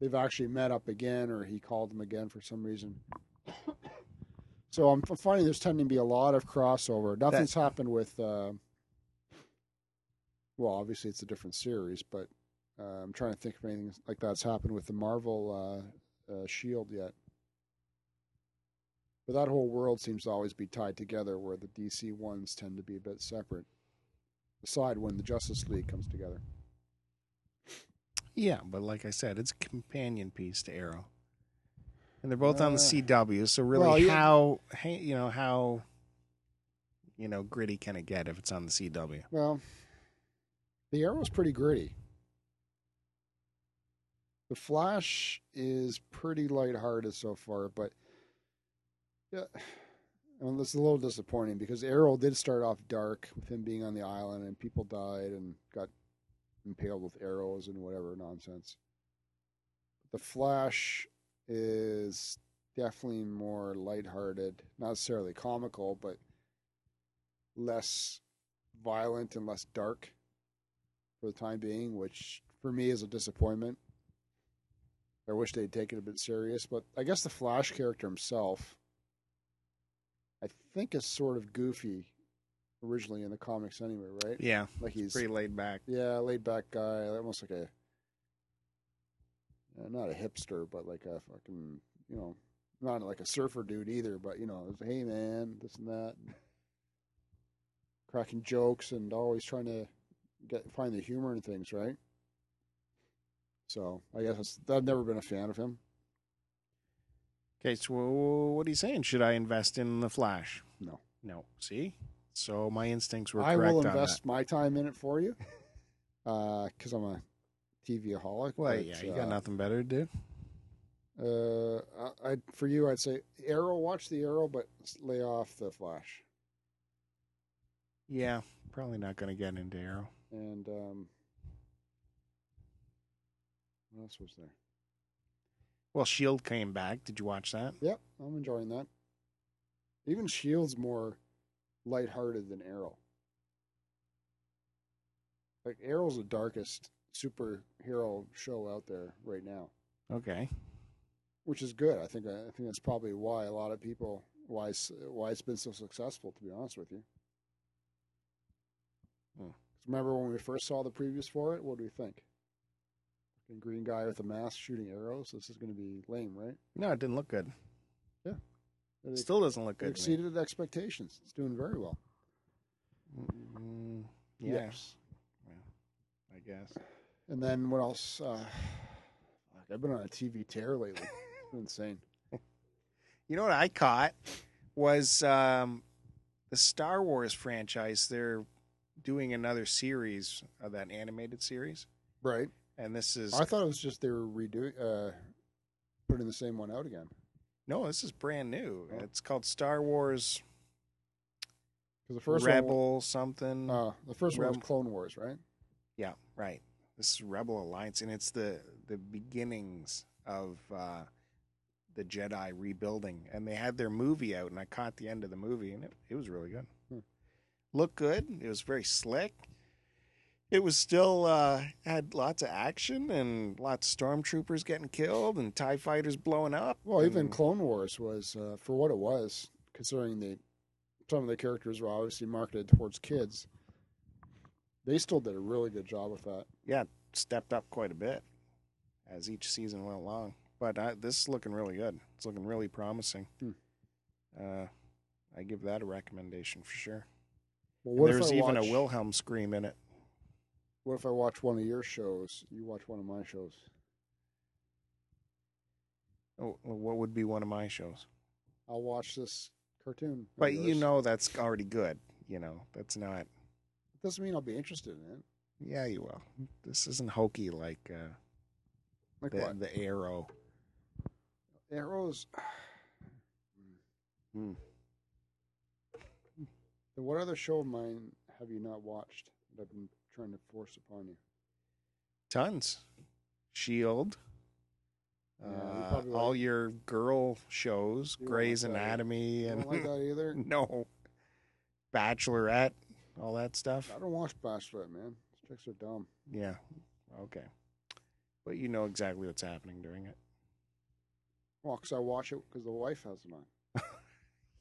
A: they've actually met up again, or he called them again for some reason. So I'm f- finding there's tending to be a lot of crossover. Nothing's happened with. Uh, well, obviously it's a different series, but uh, I'm trying to think of anything like that's happened with the Marvel uh, uh, Shield yet. But that whole world seems to always be tied together, where the DC ones tend to be a bit separate. Aside when the Justice League comes together.
B: Yeah, but like I said, it's a companion piece to Arrow, and they're both on the
A: Uh,
B: CW. So really,
A: well, you-
B: how hey, you know how you know gritty can it get if it's on the CW?
A: Well, the Arrow's pretty gritty. The Flash is pretty lighthearted so far, but yeah, I mean, that's a little disappointing because Arrow did start off dark with him being on the island and people died and got impaled with arrows and whatever nonsense. The Flash is definitely more lighthearted, not necessarily comical, but less violent and less dark for the time being, which for me is a disappointment. I wish they'd take it a bit serious, but I guess the Flash character himself, I think, is sort of goofy originally in the comics, anyway, right?
B: Yeah,
A: like he's
B: pretty laid back.
A: yeah, laid back guy, almost like a uh, not a hipster, but like a fucking you know, not like a surfer dude either. But you know, it was, hey man, this and that, cracking jokes and always trying to get find the humor in things, right? So I guess it's- I've never been a fan of him.
B: Okay, so what are you saying? Should I invest in the Flash?
A: No.
B: no. See, so my instincts were
A: I
B: correct
A: will
B: on that.
A: invest my time in it for you, because I'm a TV holic.
B: Well, yeah, you got nothing better to do.
A: Uh, I, I for you, I'd say Arrow. Watch the Arrow, but lay off the Flash.
B: Yeah, probably not going to get into Arrow.
A: And um, what else was there?
B: Well, Shield E came back. Did you watch that?
A: Yep, I'm enjoying that. Even Shield's more lighthearted than Arrow. Like Arrow's the darkest superhero show out there right now.
B: Okay.
A: which is good. I think I think that's probably why a lot of people why it's, why it's been so successful. To be honest with you,
B: Hmm.
A: remember when we first saw the previews for it? What do we think? and green guy with a mask shooting arrows. This is going to be lame, right?
B: No, it didn't look good.
A: It
B: It still doesn't look
A: it
B: good. to me.
A: exceeded expectations. It's doing very well.
B: Mm, yeah,
A: Yes.
B: I guess.
A: And then what else? Uh, fuck, I've been on a TV tear lately. It's been insane.
B: You know what I caught was um, the Star Wars franchise. They're doing another series of that animated series,
A: Right.
B: and this is
A: I thought it was just they were redoing, uh, putting the same one out again
B: no, this is brand new.
A: Oh.
B: It's called Star Wars
A: because the first one,
B: Rebel something.
A: uh, the first one was
B: Rem-
A: Clone Wars, right?
B: yeah, right. This is Rebel Alliance, and it's the the beginnings of uh, the Jedi rebuilding. And they had their movie out, and I caught the end of the movie, and it, it was really good.
A: Hmm.
B: Looked good. It was very slick. It was still uh, had lots of action and lots of stormtroopers getting killed and Tie fighters blowing up.
A: Well, even
B: and-
A: Clone Wars was, uh, for what it was, considering the some of the characters were obviously marketed towards kids. They still did a really good job with that.
B: stepped up quite a bit as each season went along. But I, this is looking really good. It's looking really promising.
A: Hmm.
B: Uh, I give that a recommendation for sure.
A: Well,
B: And
A: what
B: There's
A: if I
B: even
A: watch,
B: a Wilhelm scream in it.
A: What if I watch one of your shows? You watch one of my shows.
B: Oh, What would be one of my shows?
A: I'll watch this cartoon. of
B: But you
A: yours.
B: know that's already good. You know that's not.
A: it doesn't mean I'll be interested in it.
B: Yeah, you will. This isn't hokey like uh,
A: Like
B: the,
A: what?
B: the Arrow.
A: Arrows.
B: Hmm.
A: Then what other show of mine have you not watched that I've been trying to force upon you?
B: Tons. Shield.
A: Yeah, you
B: E uh,
A: probably
B: all
A: like-
B: your girl shows,
A: You won't
B: Grey's
A: like that either.
B: Anatomy,
A: You
B: and
A: don't like that either.
B: no bachelorette all that stuff
A: I don't watch Bachelorette, man. These chicks are dumb.
B: yeah okay but you know exactly what's happening during it
A: Well, 'cause I watch it because the wife has it on.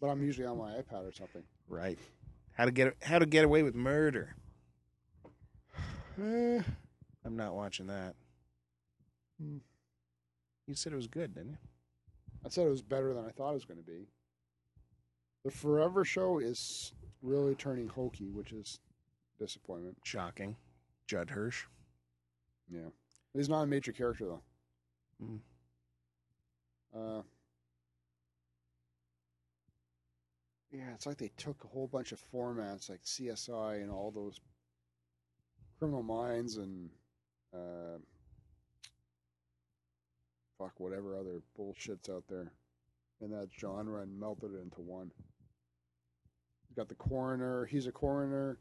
A: but I'm usually on my iPad or something.
B: right how to get how to get away with murder Eh, i'm not watching that
A: Hmm.
B: you said it was good didn't you
A: I said it was better than I thought it was going to be. The Forever Show is really turning hokey, which is disappointment.
B: shocking judd hirsch
A: Yeah. He's not a major character, though.
B: Hmm.
A: Uh, yeah, it's like they took a whole bunch of formats like CSI and all those criminal minds and uh, fuck, whatever other bullshit's out there in that genre and melted it into one. You got the coroner, he's a coroner.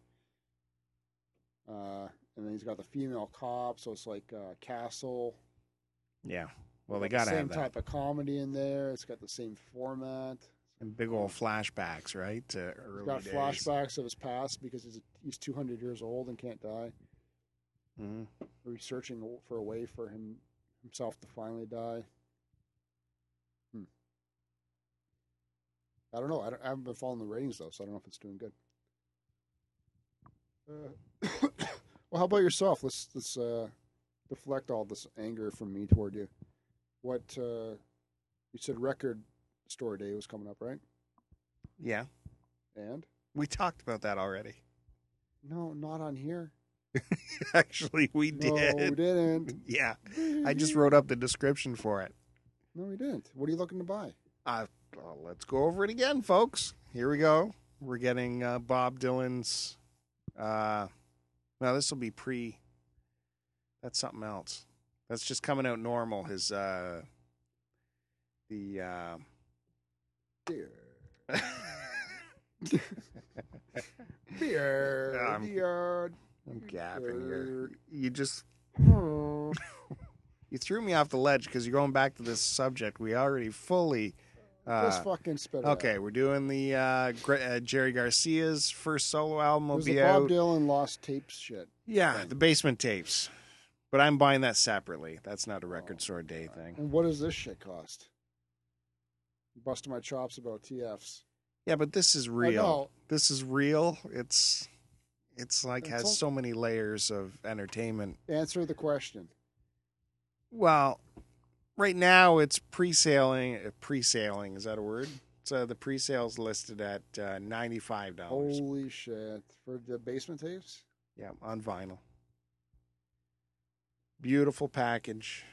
A: Uh, and then he's got the female cop, so it's like uh, Castle.
B: yeah well they
A: Got
B: gotta
A: the
B: have
A: same
B: that
A: type of comedy in there. It's got the same format.
B: and big old flashbacks right to
A: He's
B: early
A: got
B: days.
A: flashbacks of his past because he's he's 200 years old and can't die.
B: Mhm.
A: Researching for a way for him himself to finally die. Hmm. I don't know. I, don't, I haven't been following the ratings though, so I don't know if it's doing good. Uh, well, how about yourself? Let's let's uh, deflect all this anger from me toward you. What uh, you said? Record store day was coming up, right?
B: yeah
A: And
B: we talked about that already
A: no, not on here.
B: actually we
A: no, we
B: did
A: didn't.
B: yeah I just wrote up the description for it.
A: No, we didn't. What are you looking to buy?
B: Uh, let's go over it again, folks. Here we go. We're getting uh, Bob Dylan's. Uh, now this will be pre. That's something else. That's just coming out normal. His uh, the uh,
A: Beer.
B: Yeah,
A: Beer.
B: I'm-
A: beer.
B: I'm gapping here. You just
A: Oh,
B: you threw me off the ledge because you're going back to this subject. We already fully. Uh,
A: Just fucking spit it out.
B: Okay, we're doing the uh, Gre- uh, Jerry Garcia's first solo album
A: It
B: will
A: was the
B: be
A: Bob
B: out.
A: Dylan lost tapes shit.
B: yeah,
A: thing.
B: the basement tapes. But I'm buying that separately. That's not a record
A: Oh,
B: store day thing.
A: And what does this shit cost? Busting my chops about TFs.
B: Yeah, but this is
A: I
B: real.
A: know.
B: This is real. It's it's like
A: It's
B: has
A: all-
B: so many layers of entertainment.
A: Answer the question.
B: Well, right now it's pre-sailing. uh, Pre-sailing is that a word? So the pre-sales listed at uh, ninety-five dollars.
A: Holy shit! For the basement tapes,
B: Yeah, on vinyl. Beautiful package,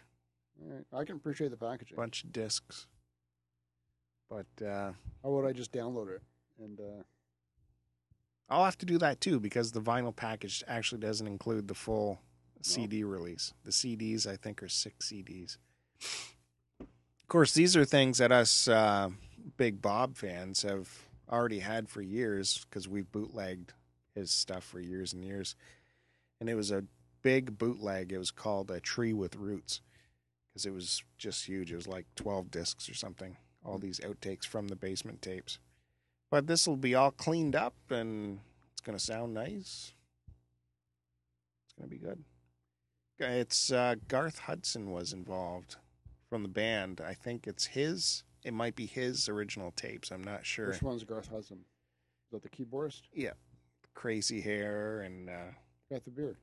A: All right. I can appreciate the packaging.
B: bunch of discs. But uh,
A: How would I just download it? And uh,
B: I'll have to do that too because the vinyl package actually doesn't include the full CD release. The CDs I think are six CDs. Of course, these are things that us uh, big Bob fans have already had for years because we've bootlegged his stuff for years and years. And it was a big bootleg. It was called A Tree with Roots because it was just huge. It was like 12 discs or something, all these outtakes from the basement tapes. But this will be all cleaned up and it's going to sound nice. It's going to be good. It's uh, Garth Hudson was involved from the band. I think it's his. It might be his original tapes. I'm not sure.
A: which one's Garth Hudson? Is that the keyboardist?
B: Crazy hair and uh,
A: Got the beard.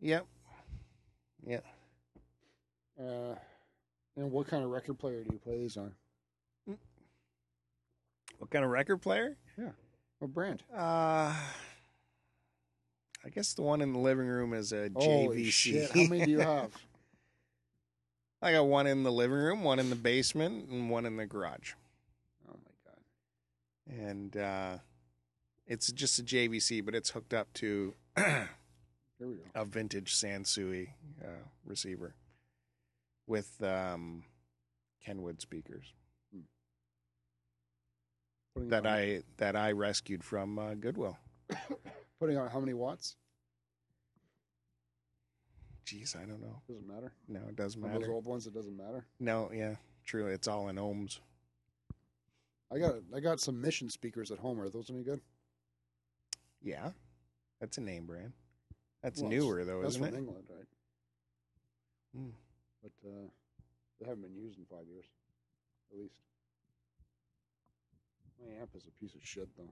B: yep.
A: Uh, and what kind of record player do you play these on?
B: What kind of record player?
A: What brand?
B: Uh, I guess the one in the living room is a
A: Holy
B: JVC.
A: shit! How many do you have?
B: I got one in the living room, one in the basement, and one in the garage.
A: Oh my god!
B: And uh, it's just a JVC, but it's hooked up to
A: Here we go.
B: a vintage Sansui uh, receiver with um, Kenwood speakers
A: Putting
B: that
A: on,
B: I that I rescued from uh, Goodwill.
A: putting on how many watts?
B: Jeez, I don't know.
A: Doesn't matter.
B: No, it doesn't
A: On those
B: matter.
A: old ones, it doesn't matter.
B: No, yeah, true. It's all in ohms.
A: I got I got some Mission speakers at home. Are those any good?
B: Yeah, that's a name brand. That's
A: Well, it's-
B: newer though,
A: That's
B: Oh, isn't
A: from
B: it?
A: England, right?
B: Hmm.
A: But uh, they haven't been used in five years, at least. My amp is a piece of shit, though.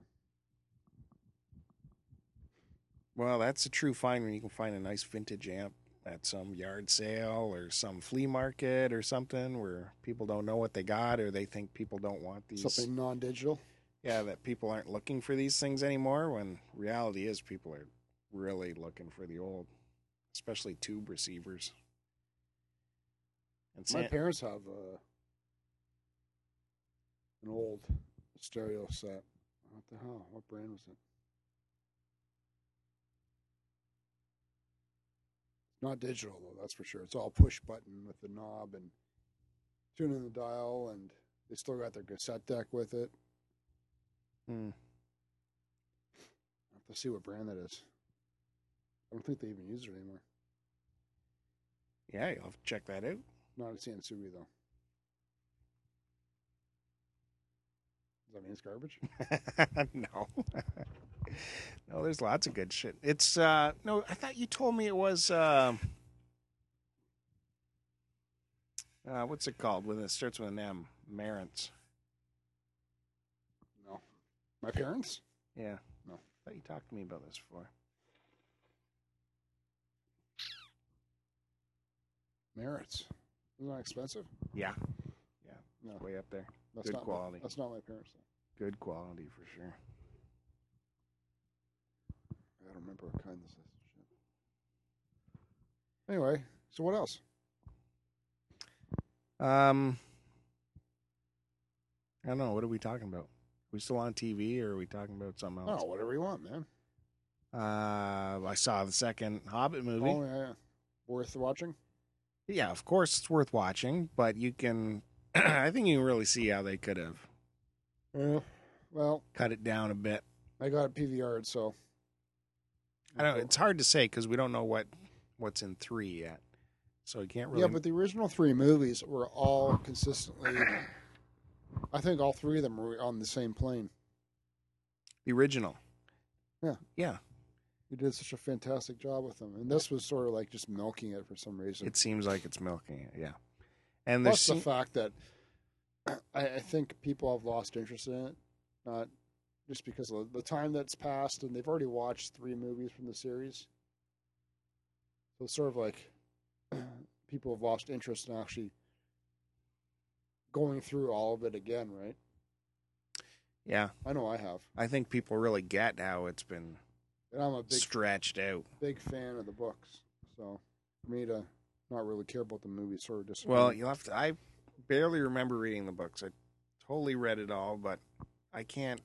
B: Well, that's a true find when you can find a nice vintage amp at some yard sale or some flea market or something where people don't know what they got or they think people don't want these.
A: Something non-digital.
B: Yeah, that people aren't looking for these things anymore when reality is people are really looking for the old, especially tube receivers. And
A: My
B: San-
A: parents have uh, an old stereo set. What the hell? What brand was it? Not digital though, that's for sure. It's all push button with the knob and tuning the dial, and they still got their cassette deck with it.
B: Hmm.
A: I have to see what brand that is. I don't think they even use it anymore.
B: yeah, you'll have to check that out.
A: Not at Sansui though. Does that mean it's garbage?
B: no. no, there's lots of good shit. It's uh no, I thought you told me it was um uh, what's it called when it starts with an M? Marantz.
A: No. My parents?
B: Yeah.
A: No.
B: I thought you talked to me about this before.
A: Merits. Isn't that expensive?
B: Yeah.
A: No.
B: Way up there.
A: That's
B: Good
A: not my-
B: quality.
A: that's not my parents. though.
B: Good quality for sure.
A: I don't remember what kind this is. Shit. Anyway, so what else?
B: Um I don't know, what are we talking about? we still on TV or are we talking about something else?
A: Oh, whatever you want, man.
B: Uh I saw the second Hobbit movie.
A: Oh, yeah, yeah. Worth watching?
B: yeah, of course it's worth watching, but you can I think you can really see how they could have
A: Yeah. Well,
B: cut it down a bit.
A: I got it PVR'd, so.
B: I don't it's hard to say cuz we don't know what what's in 3 yet. So you can't really
A: Yeah, but the original three movies were all consistently. I think all three of them were on the same plane.
B: the original.
A: Yeah.
B: Yeah,
A: You did such a fantastic job with them, and this was sort of like just milking it for some reason.
B: it seems like it's milking it, yeah. And there's
A: Plus the fact that I, I think people have lost interest in it, not just because of the time that's passed, and they've already watched three movies from the series. So it's sort of like people have lost interest in actually going through all of it again, right?
B: Yeah,
A: I know I have,
B: I think people really get how it's been
A: and I'm a big
B: stretched out.
A: big fan of the books, so for me to not really care about the movies sort of disappointing.
B: Well, you'll have to. I barely remember reading the books. I totally read it all, but I can't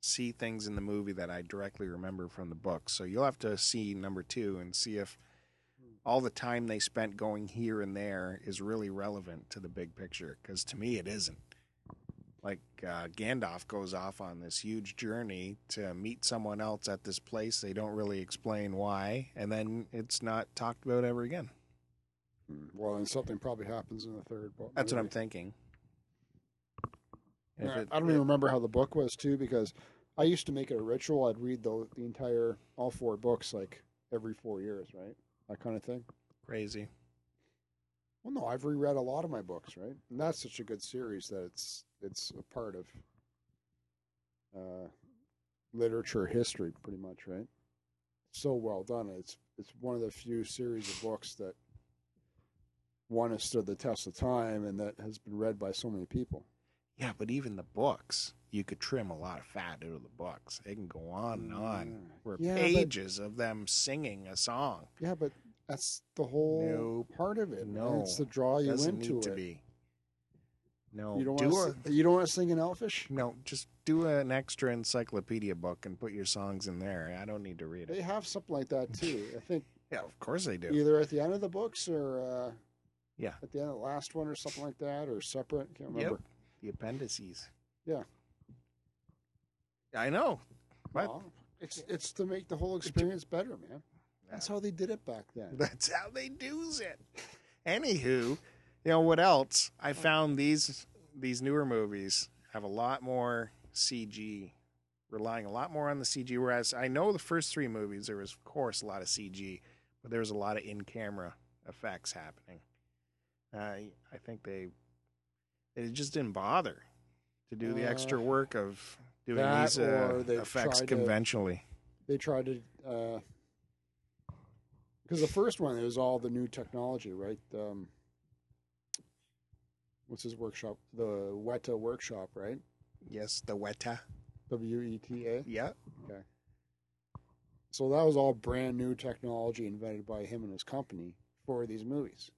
B: see things in the movie that I directly remember from the book. So you'll have to see number two and see if all the time they spent going here and there is really relevant to the big picture. Because to me, it isn't. Like uh, Gandalf goes off on this huge journey to meet someone else at this place. They don't really explain why, and then it's not talked about ever again.
A: Mm, well, and something probably happens in the third book.
B: That's what I'm
A: movie.
B: thinking. If
A: Yeah,
B: it-
A: I don't even remember how the book was too, because I used to make it a ritual. I'd read the the entire all four books like every four years, right? That kind of thing.
B: crazy.
A: Well, no, I've reread a lot of my books, right? And that's such a good series that it's it's a part of uh, literature history, pretty much, right? So well done. It's it's one of the few series of books that one has stood the test of time and that has been read by so many people.
B: Yeah, but even the books, you could trim a lot of fat out of the books. It can go on and on. Where
A: Mm. Yeah, but-
B: pages of them singing a song
A: Yeah, but that's the whole
B: Nope.
A: part of it. man.
B: No.
A: it's to draw you
B: doesn't
A: into
B: need to
A: it.
B: be. No,
A: You don't
B: do
A: want to. You don't want to sing an elfish.
B: a- no, just do an extra encyclopedia book and put your songs in there. I don't need to read
A: They
B: it.
A: have something like that too. I think
B: Yeah, of course I do.
A: either at the end of the books or uh,
B: Yeah.
A: at the end of the last one or something like that, or separate. Can't
B: Yep.
A: remember.
B: The appendices.
A: Yeah.
B: I know. But
A: Well, it's it's to make the whole experience better, man. That's how they did it back then.
B: That's how they do it. Anywho, you know what else? I found these these newer movies have a lot more CG, relying a lot more on the CG. Whereas I know the first three movies, there was of course a lot of CG, but there was a lot of in camera effects happening. I I think they they just didn't bother to do the
A: Uh,
B: extra work of doing
A: that
B: these uh,
A: or they've
B: effects
A: tried to-
B: conventionally.
A: They tried to. Uh, because the first one it was all the new technology, right? Um, what's his workshop? The Weta workshop, right?
B: Yes, the Weta.
A: W E T A.
B: Yeah.
A: So that was all brand new technology invented by him and his company for these movies,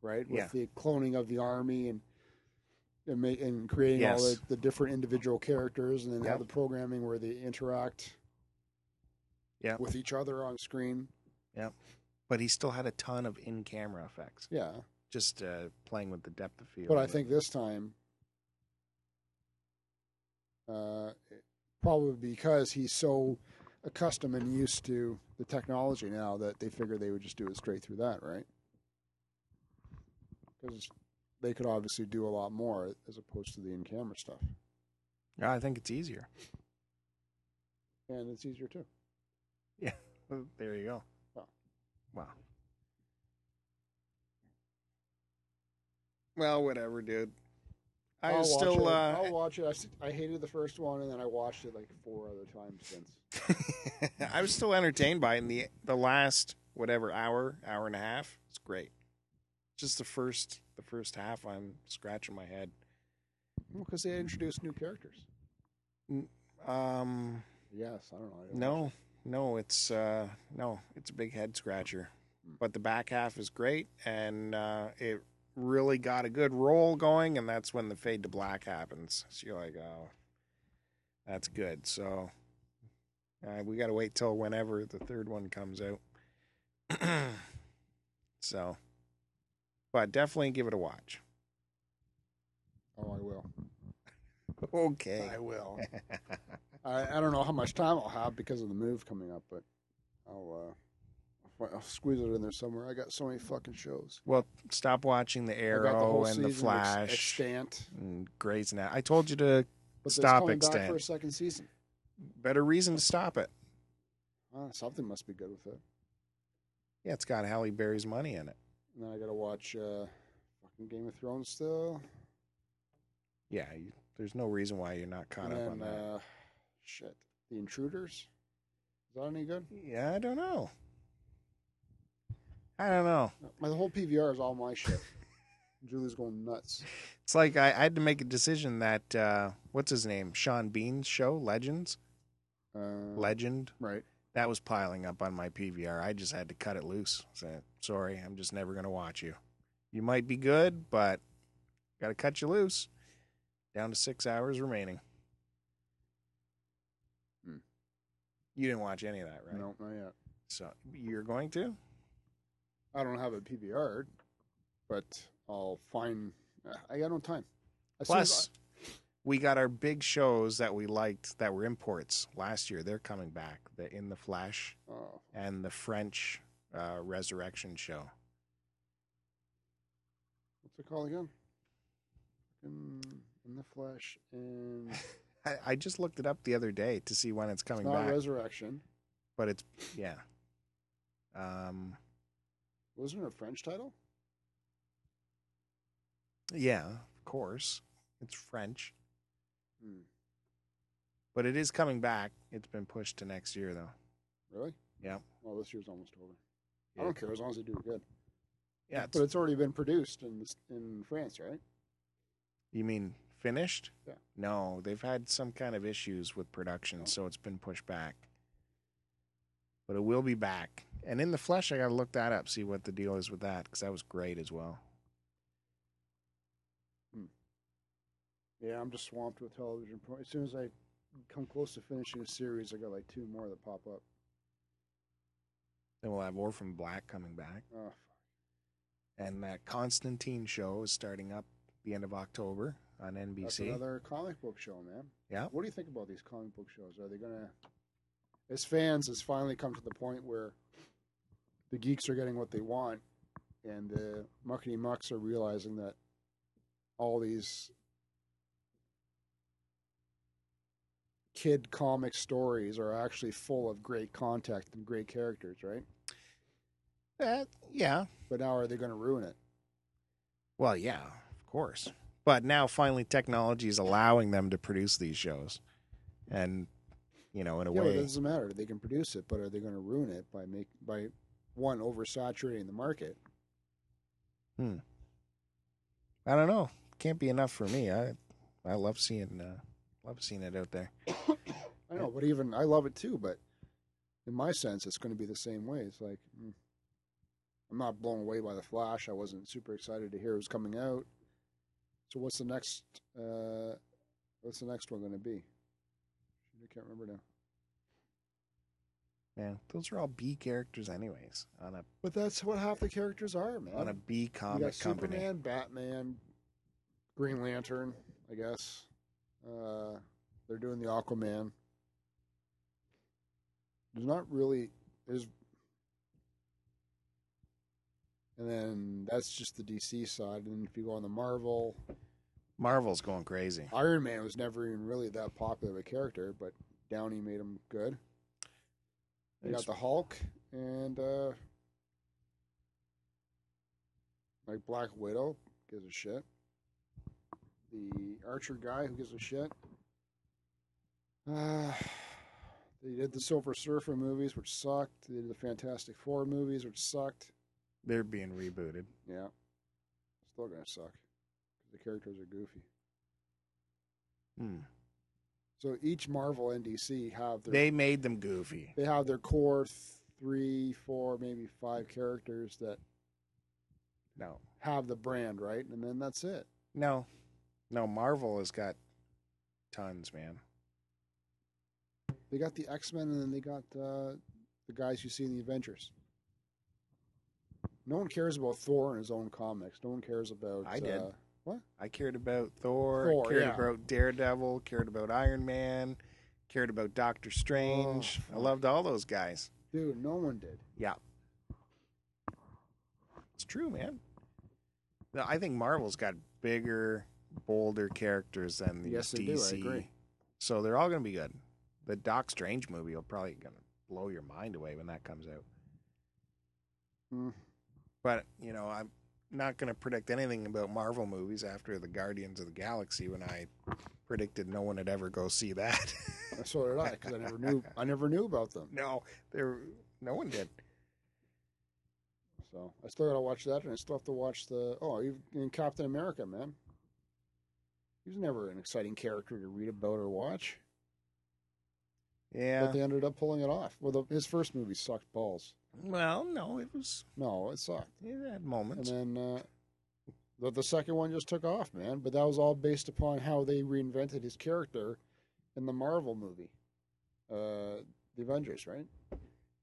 A: right? With
B: Yeah.
A: the cloning of the army and and, ma- and creating all
B: Yes.
A: the, the different individual characters, and then
B: Yep.
A: all the programming where they interact
B: Yep.
A: with each other on screen.
B: but he still had a ton of in-camera effects,
A: Yeah,
B: just uh, playing with the depth of field.
A: but I think this time, uh, probably because he's so accustomed and used to the technology now that they figured they would just do it straight through that, right? Because they could obviously do a lot more as opposed to the in-camera stuff,
B: yeah, I think it's easier.
A: and it's easier too.
B: Oh, There you go.
A: Wow.
B: Wow. Well, whatever, dude. I
A: I'll watch
B: still.
A: it.
B: Uh,
A: I'll watch it. I, s- I hated the first one, and then I watched it like four other times since.
B: I was still entertained by it in the the last whatever hour, hour and a half. It's great. Just the first the first half, I'm scratching my head.
A: because they introduced new characters.
B: Um,
A: Yes, I don't know. I didn't watch
B: No, no, it's uh, no, it's a big head scratcher.
A: Hmm.
B: But the back half is great, and uh, it really got a good roll going, and that's when the fade to black happens. So you're like, oh, that's good. So uh, we got to wait till whenever the third one comes out. so, but definitely give it a watch.
A: it. Oh, I will.
B: Okay.
A: I will. I, I don't know how much time I'll have because of the move coming up, but I'll, uh, I'll squeeze it in there somewhere. I got so many fucking shows.
B: Well, stop watching the
A: I got the
B: Arrow
A: whole
B: and the
A: season ex-
B: Flash
A: extant,
B: and Grey's Anatomy. I told you to
A: but
B: Stop
A: it's coming back
B: extant.
A: for a second season.
B: better reason to stop it.
A: Ah, something must be good with it.
B: Yeah, it's got Halle Berry's money in it.
A: And then I got to watch uh, fucking Game of Thrones still.
B: Yeah, you, there's no reason why you're not caught
A: and
B: up
A: then,
B: on that.
A: Uh, shit, The Intruders. Is that any good?
B: yeah, I don't know. I don't know.
A: My whole PVR is all my shit. Julie's going nuts.
B: It's like I, I had to make a decision that uh, what's his name, Sean Bean's show, Legends,
A: Uh,
B: Legend,
A: right.
B: that was piling up on my PVR. I just had to cut it loose. Said, sorry, I'm just never gonna watch you. You might be good, but gotta cut you loose. Down to six hours remaining.
A: Hmm.
B: You didn't watch any of that, right?
A: No, not yet.
B: So you're going to?
A: I don't have a PVR, but I'll find. I got no time. As soon as
B: Plus, we got our big shows that we liked that were imports last year. They're coming back. The In the Flesh
A: I- oh,
B: and the French uh, Resurrection show.
A: what's it called again? In, in the flesh, and it's
B: I, I just looked it up the other day to see when it's coming
A: not
B: back,
A: resurrection.
B: but it's yeah. Um,
A: Wasn't it a French title?
B: yeah, of course, it's French,
A: Hmm,
B: but it is coming back. It's been pushed to next year though.
A: really?
B: Yeah.
A: Well, this year's almost over.
B: Yeah.
A: I don't care as long as they do it good.
B: Yeah,
A: but
B: it's,
A: it's already been produced in in France, right?
B: you mean finished?
A: Yeah.
B: No, they've had some kind of issues with production,
A: Oh.
B: so it's been pushed back. But it will be back. And in the flesh, I gotta look that up, see what the deal is with that, because that was great as well.
A: Yeah, I'm just swamped with television. Pro- as soon as I come close to finishing a series, I got like two more that pop up.
B: Then we'll have Orphan Black coming back.
A: Oh,
B: and that Constantine show is starting up the end of October on
A: That's
B: NBC.
A: another comic book show, man.
B: Yeah.
A: What do you think about these comic book shows? Are they gonna, as fans, has finally come to the point where the geeks are getting what they want, and the muckety mucks are realizing that all these kid comic stories are actually full of great content and great characters, right?
B: Uh, yeah.
A: But now, are they going to ruin it?
B: Well, yeah, of course. But now finally technology is allowing them to produce these shows. And you know, in a
A: Yeah, but it
B: way,
A: doesn't matter. They can produce it, but are they going to ruin it by make by one oversaturating the market?
B: I don't know. Can't be enough for me. I I love seeing uh, love seeing it out there.
A: I know, but even I love it too. But in my sense, it's going to be the same way. It's like mm, I'm not blown away by the Flash. I wasn't super excited to hear it was coming out. So what's the next? Uh, what's the next one going to be? I can't remember now.
B: Yeah, those are all B characters, anyways. On a
A: But that's what half the characters are, man.
B: on a B
A: you got
B: comic company.
A: Superman, Batman, Green Lantern. I guess uh, they're doing the Aquaman. There's not really there's, and then that's just the DC side. And if you go on the Marvel,
B: Marvel's going crazy.
A: Iron Man was never even really that popular of a character, but Downey made him good. You got
B: It's-
A: the Hulk and uh like Black Widow gives a shit. The Archer guy who gives a shit. Uh, they did the Silver Surfer movies, which sucked. They did the Fantastic Four movies, which sucked.
B: They're being rebooted.
A: Yeah, still gonna suck. The characters are goofy.
B: Hmm.
A: So each Marvel and DC have their
B: They made them goofy.
A: they have their core three, four, maybe five characters that
B: No,
A: have the brand, right? And then that's it.
B: No, no. Marvel has got tons, man.
A: They got the X Men, and then they got uh, the guys you see in the Avengers. No one cares about Thor in his own comics. No one cares about.
B: I did.
A: Uh,
B: I cared about Thor,
A: Thor,
B: cared
A: yeah.
B: about Daredevil, cared about Iron Man, cared about Doctor Strange.
A: fuck.
B: I loved all those guys.
A: dude, no one did.
B: It's true, man. No, I think Marvel's got bigger, bolder characters than the
A: Yes, they
B: DC.
A: do. I agree.
B: So they're all going to be good. The Doc Strange movie will probably going to blow your mind away when that comes out.
A: Mm.
B: But you know, I'm not going to predict anything about Marvel movies after the Guardians of the Galaxy when I predicted no one would ever go see that.
A: So did I, because I never knew. I never knew about them.
B: no, there, no one did.
A: So I still got to watch that, and I still have to watch the oh, even Captain America, man. He was never an exciting character to read about or watch,
B: Yeah.
A: but they ended up pulling it off. Well, the, his first movie sucked balls.
B: Well, no, it was
A: No, it sucked.
B: it had
A: And
B: moments.
A: then uh, the the second one just took off, man. But that was all based upon how they reinvented his character in the Marvel movie, uh, the Avengers, right?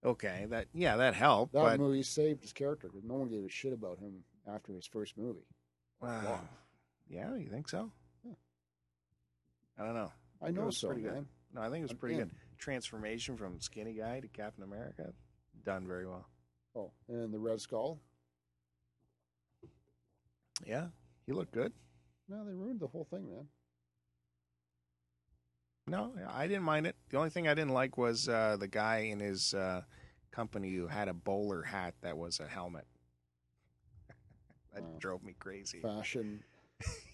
B: Okay, that yeah, that helped,
A: That
B: but
A: movie saved his character because no one gave a shit about him after his first movie.
B: uh, yeah, you think so?
A: Yeah.
B: I don't know.
A: I know
B: was
A: so,
B: pretty good.
A: man.
B: No, I think it was
A: I'm
B: pretty
A: in.
B: good. Transformation from skinny guy to Captain America, done very well.
A: Oh, and the Red Skull.
B: Yeah, he looked good.
A: No, they ruined the whole thing, man.
B: No, I didn't mind it. The only thing I didn't like was uh, the guy in his uh, company who had a bowler hat that was a helmet. that
A: Wow.
B: drove me crazy.
A: Fashion.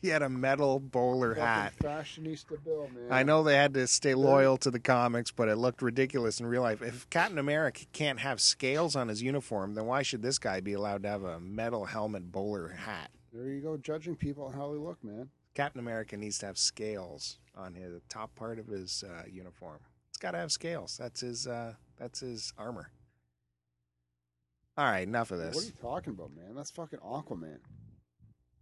B: He had a metal bowler
A: Fucking
B: hat.
A: Fashionista Bill, man.
B: I know they had to stay loyal to the comics, but it looked ridiculous in real life. If Captain America can't have scales on his uniform, then why should this guy be allowed to have a metal helmet bowler hat?
A: There you go, judging people on how they look, man.
B: Captain America needs to have scales on his the top part of his uh, uniform. It's got to have scales. That's his. Uh, that's his armor. All right, enough of
A: What are you
B: this.
A: talking about, man? That's fucking Aquaman.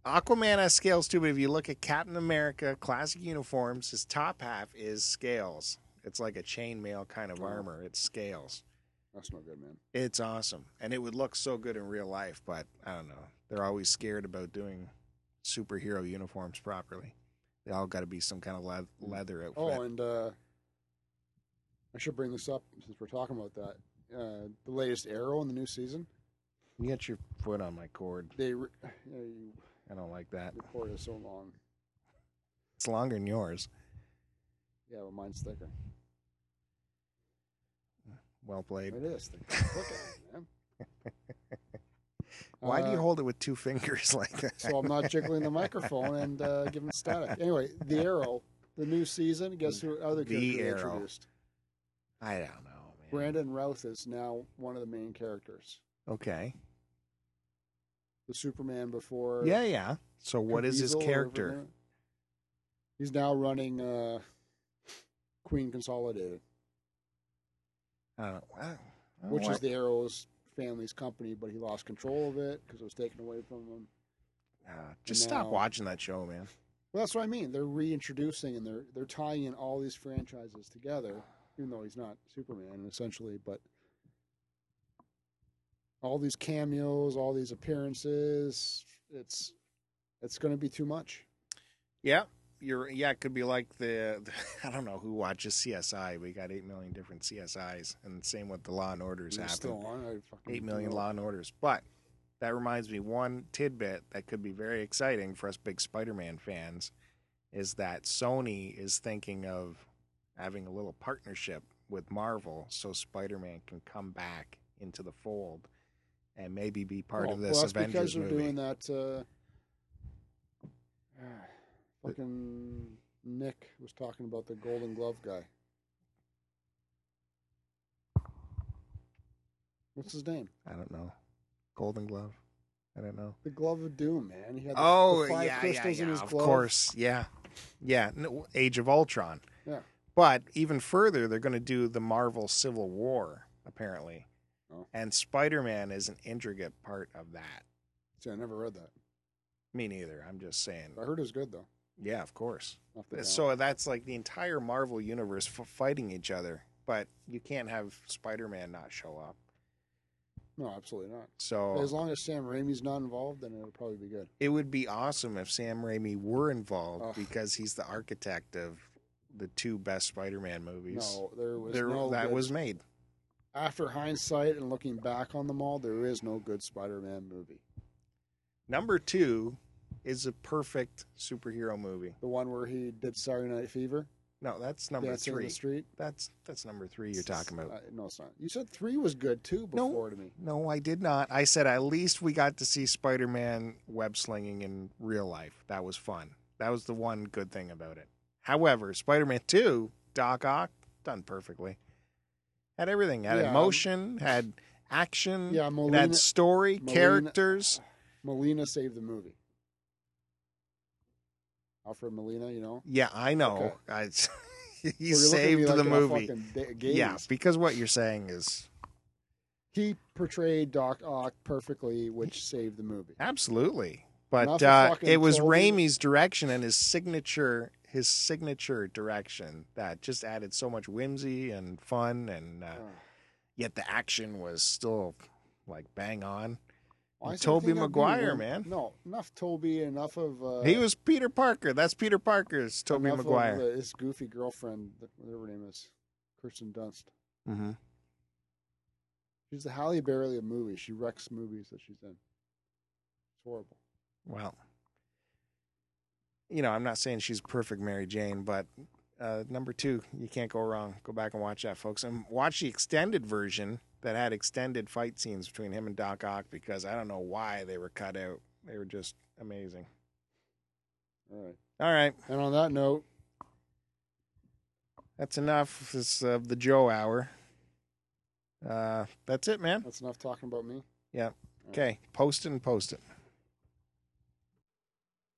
B: Aquaman has scales too, but if you look at Captain America classic uniforms, his top half is scales. It's like a chainmail kind of
A: Oh.
B: armor. It's scales.
A: That's no good, man.
B: It's awesome, and it would look so good in real life. But I don't know. They're always scared about doing superhero uniforms properly. They all got to be some kind of leath- leather outfit.
A: Oh, and uh, I should bring this up since we're talking about that. Uh, the latest Arrow in the new season.
B: You got your foot on my cord.
A: They re- you know, you
B: I don't like that.
A: record is so long.
B: It's longer than yours.
A: Yeah, but mine's thicker.
B: Well played.
A: It is thicker. Look at it, man.
B: Why do
A: Uh,
B: you hold it with two fingers like that?
A: so I'm not jiggling the microphone and uh, giving static. Anyway, the Arrow, the new season. Guess who other
B: The
A: character they
B: Arrow.
A: introduced?
B: I don't know, man.
A: Brandon Routh is now one of the main characters.
B: Okay.
A: The Superman before.
B: Yeah, yeah. So what is his
A: Caviezel or
B: character?
A: whatever. He's now running uh, Queen Consolidated,
B: I don't know.
A: which is the Arrow's family's company, but he lost control of it because it was taken away from him.
B: Ah, just stop
A: No.
B: watching that show, man.
A: Well, that's what I mean. They're reintroducing and they're they're tying in all these franchises together, even though he's not Superman essentially, but all these cameos, all these appearances, it's it's going to be too much.
B: Yeah, you're. Yeah, it could be like the, I don't know who watches CSI. We got eight million different CSIs, and same with the Law and Orders
A: It's
B: happen.
A: still on. I fucking
B: 8 million
A: don't know.
B: Law and Orders. But that reminds me, one tidbit that could be very exciting for us big Spider Man fans is that Sony is thinking of having a little partnership with Marvel so Spider Man can come back into the fold and maybe be part
A: Well,
B: of this
A: well, that's because
B: Avengers
A: they're
B: movie.
A: doing that. Uh, fucking Nick was talking about the Golden Glove guy. What's his name?
B: I don't know. Golden Glove? I don't know.
A: The Glove of Doom, man. He had the,
B: Oh,
A: the five
B: yeah, yeah,
A: crystals
B: yeah.
A: in his
B: of
A: glove.
B: course, yeah, yeah. No, Age of Ultron.
A: Yeah.
B: But even further, they're going to do the Marvel Civil War apparently,
A: Oh.
B: and Spider-Man is an intricate part of that.
A: See, I never read that.
B: Me neither. I'm just saying.
A: I heard it was good though.
B: Yeah, of course.
A: Off the bat.
B: So that's like the entire Marvel universe f- fighting each other, but you can't have Spider-Man not show up.
A: no, absolutely not.
B: So
A: As long as Sam Raimi's not involved, then it'll probably be good.
B: it would be awesome if Sam Raimi were involved
A: Oh.
B: because he's the architect of the two best Spider-Man movies.
A: No, there was
B: There-
A: no
B: that
A: good-
B: was made.
A: after hindsight and looking back on them all. There is no good Spider-Man movie.
B: Number two is a perfect superhero movie.
A: The one where he did Saturday Night Fever,
B: No, that's number
A: Dancing
B: three.
A: in the Street.
B: That's that's number three you're talking about.
A: Uh, no, it's not. You said three was good too
B: No.
A: before to me.
B: No, I did not. I said at least we got to see Spider-Man web slinging in real life. That was fun. That was the one good thing about it. However, Spider-Man Two, Doc Ock, done perfectly. Had everything. Had
A: Yeah, um,
B: emotion. Had action,
A: Yeah, Molina.
B: that story,
A: Molina-
B: characters.
A: Molina saved the movie. Alfred Molina, you know,
B: Yeah, I know. I, he saved the movie. Yeah,
A: yeah,
B: because what you're saying is
A: he portrayed Doc Ock perfectly, which saved the movie.
B: absolutely. But
A: Enough of
B: uh,
A: fucking
B: it was
A: trolling.
B: Raimi's direction and his signature, his signature direction that just added so much whimsy and fun, and uh, yet the action was still like bang on.
A: Honestly, I
B: Tobey
A: think I'd be
B: Maguire,
A: one-
B: man.
A: No, enough Toby, enough of. Uh,
B: he was Peter Parker. That's Peter Parker's Tobey
A: enough of
B: Maguire.
A: the- this goofy girlfriend, that- whatever her name is, Kirsten Dunst.
B: mm-hmm.
A: She's the Halle Berry of movies. She wrecks movies that she's in. It's horrible.
B: well, you know, I'm not saying she's perfect Mary Jane, but uh, number two, you can't go wrong. Go back and watch that, folks, and watch the extended version that had extended fight scenes between him and Doc Ock because I don't know why they were cut out. They were just amazing.
A: All right.
B: All right,
A: And on that note,
B: that's enough. It's uh, the Joe Hour. Uh, that's it, man.
A: that's enough talking about me.
B: Okay, post it and post it.